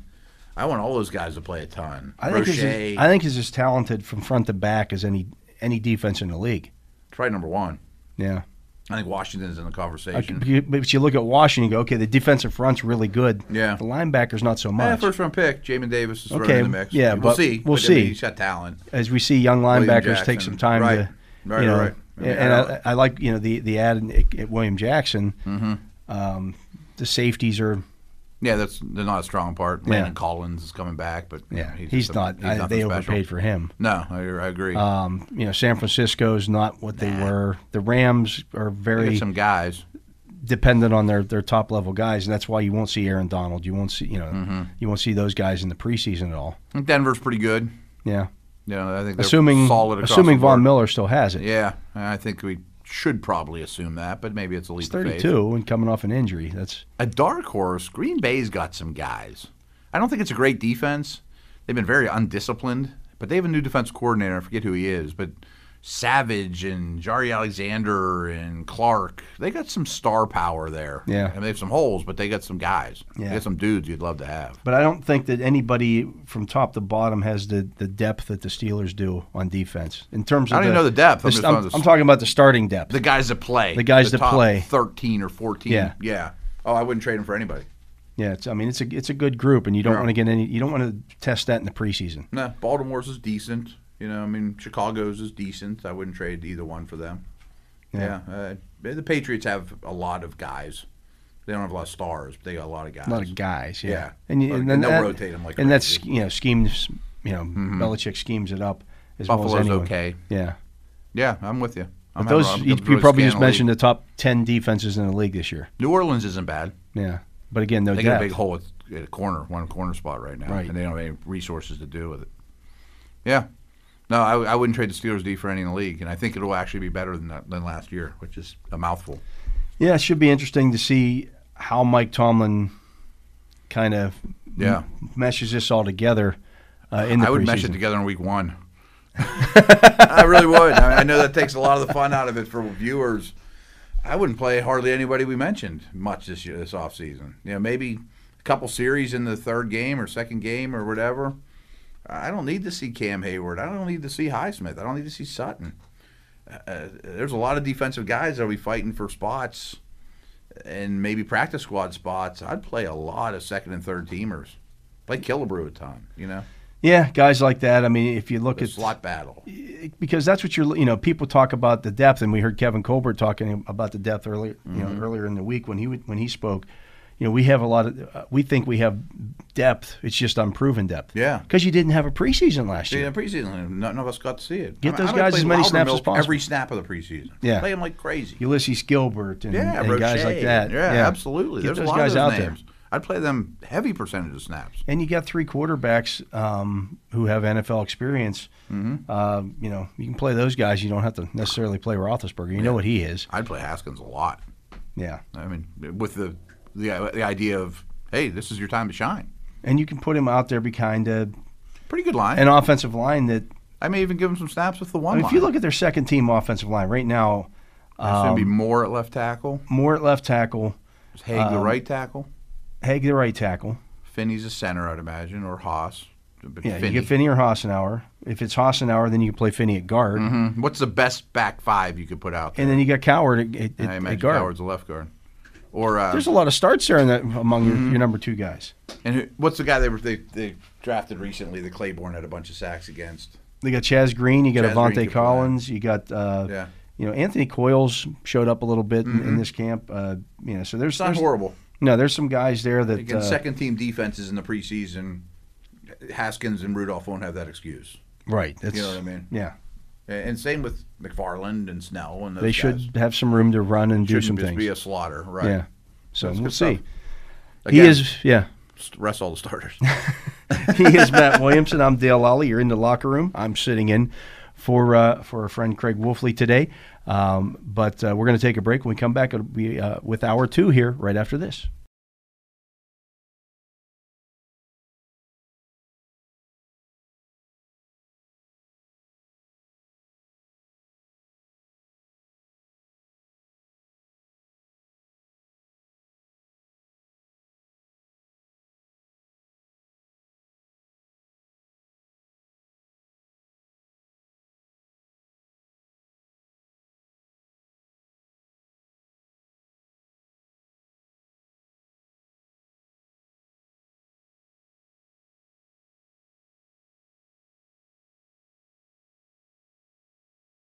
Speaker 2: I want all those guys to play a ton.
Speaker 1: I think he's
Speaker 2: Roche,
Speaker 1: as, I think he's as talented from front to back as any any defense in the league.
Speaker 2: try number one.
Speaker 1: Yeah,
Speaker 2: I think Washington's in the
Speaker 1: I
Speaker 2: conversation.
Speaker 1: could- but you look at Washington, you go okay, the defensive front's really good.
Speaker 2: Yeah.
Speaker 1: the linebackers not so
Speaker 2: Eh,
Speaker 1: much.
Speaker 2: first round pick, Jamin Davis is
Speaker 1: Okay,
Speaker 2: thrown in the mix.
Speaker 1: yeah,
Speaker 2: we'll
Speaker 1: but
Speaker 2: see.
Speaker 1: we'll
Speaker 2: But, I mean,
Speaker 1: see.
Speaker 2: he's got talent.
Speaker 1: As we see, young
Speaker 2: William
Speaker 1: linebackers take
Speaker 2: Jackson,
Speaker 1: some time
Speaker 2: right.
Speaker 1: to,
Speaker 2: Right,
Speaker 1: you know,
Speaker 2: right. I mean,
Speaker 1: and
Speaker 2: I
Speaker 1: I,
Speaker 2: don't-
Speaker 1: I like you know the the ad in- at, William Jackson.
Speaker 2: Mm-hmm.
Speaker 1: Um, the safeties are
Speaker 2: Yeah, that's they're not a strong part. Landon
Speaker 1: Yeah.
Speaker 2: Collins is coming back, but you know,
Speaker 1: yeah, he's,
Speaker 2: just a-
Speaker 1: not. I-
Speaker 2: nothing
Speaker 1: they
Speaker 2: special.
Speaker 1: overpaid for him.
Speaker 2: No, I, I agree.
Speaker 1: Um, you know, San Francisco's not what they were. The Rams are
Speaker 2: They got
Speaker 1: very
Speaker 2: some guys.
Speaker 1: dependent on their, their top level guys, and that's why you won't see Aaron Donald. You won't see you know
Speaker 2: Mm-hmm.
Speaker 1: you won't see those guys in the preseason at all.
Speaker 2: I think Denver's pretty good.
Speaker 1: Yeah,
Speaker 2: Yeah, I think they're
Speaker 1: assuming
Speaker 2: solid across
Speaker 1: assuming
Speaker 2: the board.
Speaker 1: Von Miller still has it.
Speaker 2: Yeah, I think we should probably assume that, but maybe it's a leap
Speaker 1: He's
Speaker 2: of faith.
Speaker 1: 32 and coming off an injury. That's
Speaker 2: A dark horse. Green Bay's got some guys. I don't think it's a great defense. They've been very undisciplined, but they have a new defense coordinator. I forget who he is, but Savage and Jari Alexander and Clark. They got some star power there.
Speaker 1: Yeah.
Speaker 2: and they have some holes, but they got some guys.
Speaker 1: Yeah.
Speaker 2: they got some dudes you'd love to have.
Speaker 1: but I don't think that anybody from top to bottom has the, the depth that the Steelers do on defense in terms of
Speaker 2: I don't
Speaker 1: the,
Speaker 2: even know the depth. I'm
Speaker 1: the-
Speaker 2: just
Speaker 1: I'm,
Speaker 2: talking about the
Speaker 1: I'm talking about the starting depth.
Speaker 2: The guys that play.
Speaker 1: The guys that
Speaker 2: top
Speaker 1: play.
Speaker 2: Thirteen or fourteen.
Speaker 1: Yeah.
Speaker 2: yeah. Oh, I wouldn't trade him for anybody.
Speaker 1: yeah, it's, I mean it's a it's a good group, and you don't
Speaker 2: Yeah.
Speaker 1: want to get any you don't want to test that in the preseason.
Speaker 2: No, Baltimore's is decent. You know, I mean, Chicago's is decent. I wouldn't trade either one for them.
Speaker 1: Yeah.
Speaker 2: Yeah. uh, the Patriots have a lot of guys. They don't have a lot of stars, but they got a lot of guys.
Speaker 1: A lot of guys, yeah,
Speaker 2: Yeah.
Speaker 1: and, you,
Speaker 2: Like,
Speaker 1: and then
Speaker 2: they'll
Speaker 1: that,
Speaker 2: rotate 'em like
Speaker 1: and that's
Speaker 2: crazy. Mm-hmm.
Speaker 1: you know schemes, you know Belichick schemes it up as well as
Speaker 2: Buffalo's
Speaker 1: anyone.
Speaker 2: okay.
Speaker 1: Yeah,
Speaker 2: Yeah, I'm with you. I'm
Speaker 1: but those
Speaker 2: I'm- I'm
Speaker 1: you, you
Speaker 2: really
Speaker 1: probably just
Speaker 2: scanning the
Speaker 1: mentioned
Speaker 2: league.
Speaker 1: the top ten defenses in the league this year.
Speaker 2: New Orleans isn't bad.
Speaker 1: Yeah, but again, no
Speaker 2: They got a
Speaker 1: depth.
Speaker 2: big hole at, at a corner, one corner spot right now,
Speaker 1: Right.
Speaker 2: and they don't have any resources to do with it. Yeah. No, I, I wouldn't trade the Steelers D for any in the league, and I think it'll actually be better than that, than last year, which is a mouthful.
Speaker 1: Yeah, it should be interesting to see how Mike Tomlin kind of
Speaker 2: Yeah.
Speaker 1: meshes this all together uh, in the
Speaker 2: I would
Speaker 1: preseason.
Speaker 2: mesh it together in week one. I really would. I, I know that takes a lot of the fun out of it for viewers. I wouldn't play hardly anybody we mentioned much this year, this off season. You know, maybe a couple series in the third game or second game or whatever. I don't need to see Cam Hayward. I don't need to see Highsmith. I don't need to see Sutton. Uh, there's a lot of defensive guys that'll be fighting for spots and maybe practice squad spots. I'd play a lot of second and third teamers. Play Killebrew a ton, you know.
Speaker 1: yeah, guys like that. I mean, if you look
Speaker 2: The
Speaker 1: at
Speaker 2: slot battle.
Speaker 1: because that's what you're you know people talk about the depth and we heard Kevin Colbert talking about the depth earlier you
Speaker 2: Mm-hmm.
Speaker 1: know earlier in the week when he would- when he spoke you know we have a lot of uh, we think we have depth it's just unproven depth
Speaker 2: Yeah.
Speaker 1: because you didn't have a preseason last
Speaker 2: See,
Speaker 1: year
Speaker 2: in preseason, none of us got to see it.
Speaker 1: Get
Speaker 2: I mean,
Speaker 1: those
Speaker 2: I would
Speaker 1: guys
Speaker 2: play
Speaker 1: as many snaps
Speaker 2: Loudermilk
Speaker 1: as possible.
Speaker 2: Every snap of the preseason.
Speaker 1: Yeah.
Speaker 2: Play them like crazy.
Speaker 1: Ulysses Gilbert and,
Speaker 2: yeah,
Speaker 1: and guys
Speaker 2: Roche.
Speaker 1: like that
Speaker 2: Yeah, absolutely.
Speaker 1: Get
Speaker 2: There's
Speaker 1: those
Speaker 2: a lot
Speaker 1: guys
Speaker 2: of those
Speaker 1: out there.
Speaker 2: names. I'd play them heavy percentage of snaps.
Speaker 1: And you got three quarterbacks um, who have NFL experience.
Speaker 2: Mm-hmm.
Speaker 1: Uh, you know, you can play those guys. You don't have to necessarily play Roethlisberger. You know what he is.
Speaker 2: I'd play Haskins a lot.
Speaker 1: Yeah.
Speaker 2: I mean, with the the, the idea of hey, this is your time to shine.
Speaker 1: And you can put him out there behind a,
Speaker 2: Pretty good line.
Speaker 1: an offensive line that,
Speaker 2: I may even give him some snaps with the one
Speaker 1: I mean,
Speaker 2: line.
Speaker 1: if you look at their second team offensive line right now,
Speaker 2: There's going to be
Speaker 1: um,
Speaker 2: more at left tackle.
Speaker 1: Moore at left tackle,
Speaker 2: There's Haig the
Speaker 1: um,
Speaker 2: right tackle.
Speaker 1: Haig the right tackle.
Speaker 2: Finney's a center, I'd imagine, or Haas. But
Speaker 1: Yeah,
Speaker 2: Finney.
Speaker 1: you get Finney or Hassenauer. If it's Hassenauer, then you can play Finney at guard.
Speaker 2: Mhm. What's the best back five you could put out there?
Speaker 1: And then you got Coward at, at,
Speaker 2: I
Speaker 1: at
Speaker 2: imagine
Speaker 1: guard.
Speaker 2: Howard's a left guard. Or uh,
Speaker 1: There's a lot of starts there in that, among
Speaker 2: Mm-hmm.
Speaker 1: your, your number two guys.
Speaker 2: and who, what's the guy they, were- they they drafted recently? The Claiborne had a bunch of sacks against.
Speaker 1: They got Chaz Green. You got
Speaker 2: Chaz Green could
Speaker 1: Avante
Speaker 2: play.
Speaker 1: Collins. You got uh,
Speaker 2: Yeah, Mm-hmm.
Speaker 1: you know Anthony Coyles showed up a little bit in, in this camp. Uh, you know, so there's,
Speaker 2: it's not
Speaker 1: there's
Speaker 2: horrible.
Speaker 1: no there's some guys there that uh,
Speaker 2: Against second team defenses in the preseason, Haskins and Rudolph won't have that excuse.
Speaker 1: right. That's,
Speaker 2: You know what I mean?
Speaker 1: Yeah,
Speaker 2: And and same with McFarland and Snell and those
Speaker 1: they
Speaker 2: guys.
Speaker 1: should have some room to run and do
Speaker 2: Shouldn't
Speaker 1: some
Speaker 2: just
Speaker 1: things.
Speaker 2: be a slaughter, right?
Speaker 1: Yeah, so
Speaker 2: That's
Speaker 1: we'll
Speaker 2: good
Speaker 1: see.
Speaker 2: stuff. Again,
Speaker 1: he is yeah.
Speaker 2: st- rest all the starters.
Speaker 1: he is Matt Williamson. I'm Dale Lally. You're in the locker room. I'm sitting in for uh, for our friend Craig Wolfley today. Um, but uh, we're going to take a break. When we come back, it'll be uh, with hour two here right after this.